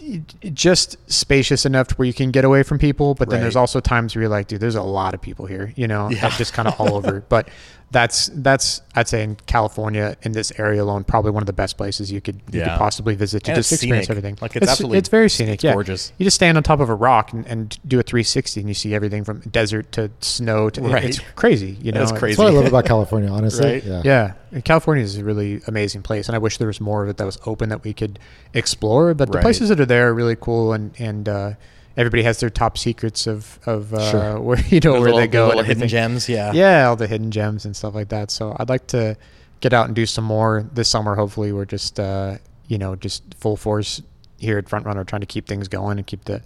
C: j- just spacious enough to where you can get away from people. But then there's
B: Right.
C: also times where you're like, dude, there's a lot of people here, you know,
B: Yeah.
C: like, just kind of all over. But that's, that's, I'd say in California, in this area alone, probably one of the best places you could, you
B: Yeah.
C: could possibly visit to
B: And
C: just
B: it's
C: experience
B: scenic.
C: everything.
B: Like, it's absolutely-
C: it's very scenic.
B: it's
C: yeah.
B: gorgeous.
C: You just stand on top of a rock and, and do a 360 and you see everything from desert to snow to
B: Right.
C: it's crazy, you know.
B: That's
C: It's-
B: crazy.
A: That's what I love about California, honestly.
B: Right?
A: Yeah.
C: Yeah. And California is a really amazing place and I wish there was more of it that was open that we could explore, but the
B: Right.
C: places that are there are really cool and and uh everybody has their top secrets of of uh
A: Sure.
C: where you
B: Those
C: know where
B: little-
C: they
B: the
C: go and
B: little hidden
C: everything.
B: gems. Yeah.
C: Yeah, all the hidden gems and stuff like that. So I'd like to get out and do some more this summer. Hopefully, we're just uh, you know just full force here at Front Runner, trying to keep things going and keep the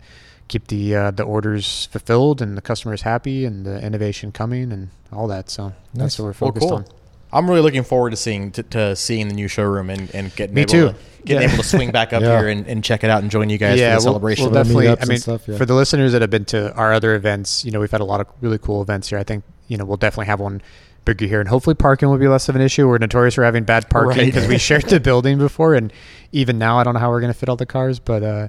C: keep the uh, the orders fulfilled and the customers happy and the innovation coming and all that. So
A: Nice.
C: that's what we're
B: Well,
C: focused
B: cool.
C: on.
B: I'm really looking forward to seeing to, to seeing the new showroom and, and getting
C: Me
B: able
C: too.
B: To, getting
C: Yeah.
B: able to swing back up
A: Yeah.
B: here and, and check it out and join you guys for the
C: we'll-
B: celebration.
C: We'll
A: Some of the
C: definitely.
A: meetups
C: I mean,
A: and stuff, yeah.
C: for the listeners that have been to our other events, you know, we've had a lot of really cool events here. I think you know we'll definitely have one bigger here, and hopefully parking will be less of an issue. We're notorious for having bad parking
B: Right.
C: because we shared the building before, and even now I don't know how we're going to fit all the cars, but. uh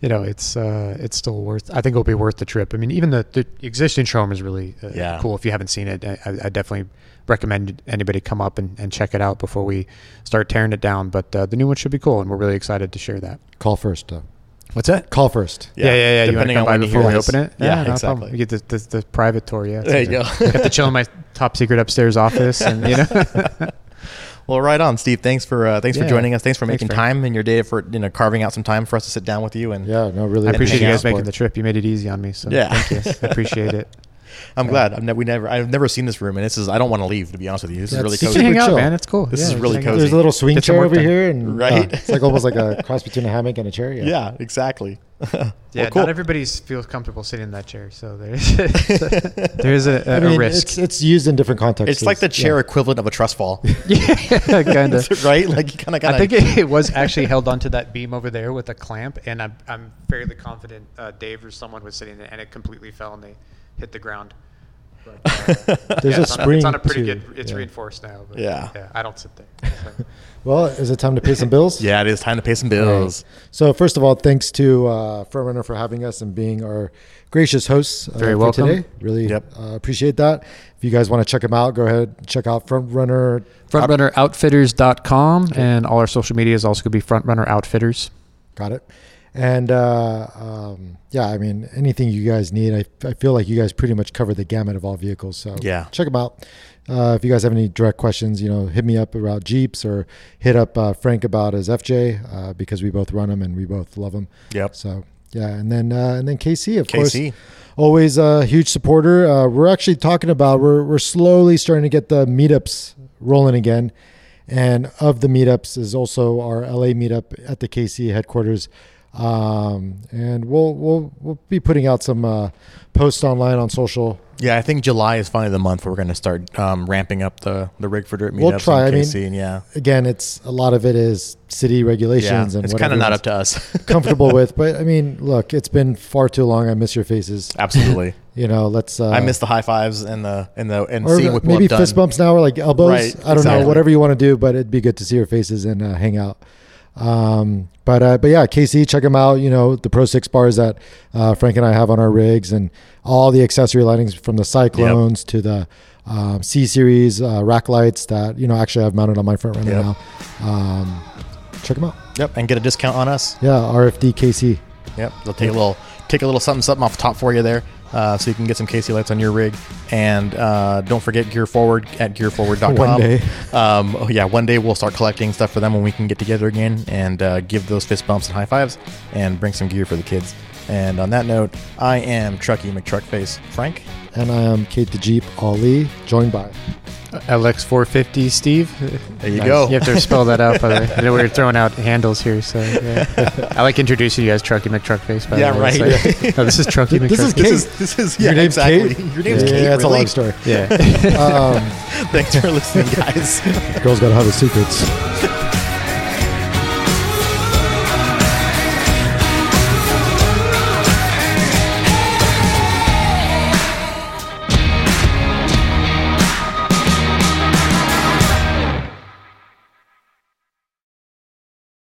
C: you know, it's uh, it's still worth. I think it'll be worth the trip. I mean, even the, the existing showroom is really uh,
B: Yeah.
C: cool. If you haven't seen it, I, I I definitely recommend anybody come up and, and check it out before we start tearing it down. But uh, the new one should be cool, and we're really excited to share that.
A: Call first, though.
C: What's that?
A: Call first.
C: Yeah, yeah, yeah. you want to
B: Depending
C: come
B: on
C: by
B: when you
C: before
B: hear
C: we
B: this.
C: open it? Ah,
B: Yeah,
C: no problem.
B: exactly.
C: We get the, the, the private tour. Yeah, it's
B: There you
C: okay.
B: go.
C: Got to chill in my top secret upstairs office, and you know,
B: Well, right on, Steve. Thanks for uh, thanks
C: Yeah.
B: for joining us. Thanks for
C: Thanks,
B: making
C: Frank.
B: time in your day for you know carving out some time for us to sit down with you. And
A: Yeah, no, really.
C: I appreciate you
A: hang
C: guys
A: out.
C: making the trip. You made it easy on me, so
B: Yeah.
C: thank you. I appreciate it.
B: I'm glad. I've never we never I've never seen this room, and this is I don't want to leave to be honest with you. This
A: Yeah,
B: is really
A: it's-
C: You
B: cozy.
C: can hang
A: Super
C: out,
A: chill.
C: man. It's cool.
B: This is
C: just
B: really
C: hang out.
B: cozy.
A: There's a little swing
C: Get some
A: chair
C: work
A: over
C: done.
A: here, and
B: Right?
A: yeah, it's like almost like a cross between a hammock and a chair.
B: yeah. exactly.
C: Yeah,
B: well, cool.
C: not everybody feels comfortable sitting in that chair, so there's there's a, a,
A: I mean,
C: a risk.
A: it's it's used in different contexts.
B: it's like the chair equivalent of a trust fall,
C: yeah, kind of.
B: right? Like you kind of got.
C: I think it, it was actually held onto that beam over there with a clamp, and I'm, I'm fairly confident uh, Dave or someone was sitting there, and it completely fell and they hit the ground. But, uh,
A: There's
C: yeah,
A: a
C: it's, on a, it's on a
A: spring,
C: pretty
A: too.
C: good. It's
A: Yeah.
C: reinforced now. But
B: Yeah.
C: I don't sit there. So.
A: Well, is it time to pay some bills?
B: yeah, it is time to pay some bills.
A: So first of all, thanks to uh, Frontrunner for having us and being our gracious hosts. Uh,
C: Very
A: for
C: welcome.
A: Today. Really
B: Yep.
A: uh, appreciate that. If you guys want to check them out, go ahead and check out Frontrunner.
C: FrontRunnerOutfitters.com, and all our social media is also going to be Frontrunner Outfitters.
A: Got it. And uh, um, yeah, I mean, anything you guys need, I, I feel like you guys pretty much cover the gamut of all vehicles. So
B: Yeah.
A: check them out. Uh, if you guys have any direct questions, you know, hit me up about Jeeps or hit up uh, Frank about his FJ uh, because we both run them and we both love them.
B: Yep.
A: So yeah, and then uh, and then KC of
B: KC.
A: course, always a huge supporter. Uh, we're actually talking about we're we're slowly starting to get the meetups rolling again, and of the meetups is also our LA meetup at the KC headquarters. Um, and we'll we'll we'll be putting out some uh, posts online on social.
B: Yeah, I think July is finally the month where we're going to start um, ramping up the the rig for dirt meetups
A: We'll try, I
B: in
A: mean,
B: KC. and yeah,
A: Again, it's a lot of it is city
B: yeah,
A: regulations and
B: it's
A: what
B: kind of not
A: everyone's
B: up to us.
A: comfortable with. But I mean, look, it's been far too long. I miss your faces.
B: Absolutely,
A: You know, let's. Uh,
B: I miss the high fives and the and the and
A: or
B: seeing what people
A: maybe
B: have done.
A: fist bumps now or like elbows.
B: Right,
A: I don't
B: exactly.
A: know, whatever you want to do, but it'd be good to see your faces and uh, hang out. Um, but uh, but yeah, KC, check them out. You know the Pro Six bars that uh, Frank and I have on our rigs, and all the accessory lightings from the Cyclones to the um, C series uh, rack lights that you know actually I've mounted on my front runner
B: Yep.
A: now. Um, check them out.
B: Yep, and get a discount on us.
A: Yeah, RFD KC.
B: Yep, they'll take a little take a little something something off the top for you there, uh, so you can get some KC lights on your rig. And uh, don't forget Gear Forward at gearforward.com.
A: One day.
B: um, oh yeah, one day we'll start collecting stuff for them when we can get together again and uh, give those fist bumps and high fives and bring some gear for the kids. And on that note, I am Trucky McTruckface Frank.
A: And I am Kate the Jeep Ali, joined by. Uh,
C: LX450, Steve.
B: There you go.
C: You have to spell that out, by the way. I know we were throwing out handles here, so yeah. I like introducing you as Trucky McTruckface. By
B: Yeah,
C: the way. It's
B: right.
C: like, no, this is Trucky McTruckface.
A: This is
B: This is this is yeah
A: Your name's
B: exactly.
A: Kate?
B: Your name's
A: yeah,
B: Kate.
A: that's a
B: really?
A: long story.
C: yeah.
A: Um,
B: Thanks for listening, guys.
A: girl's got to have her secrets.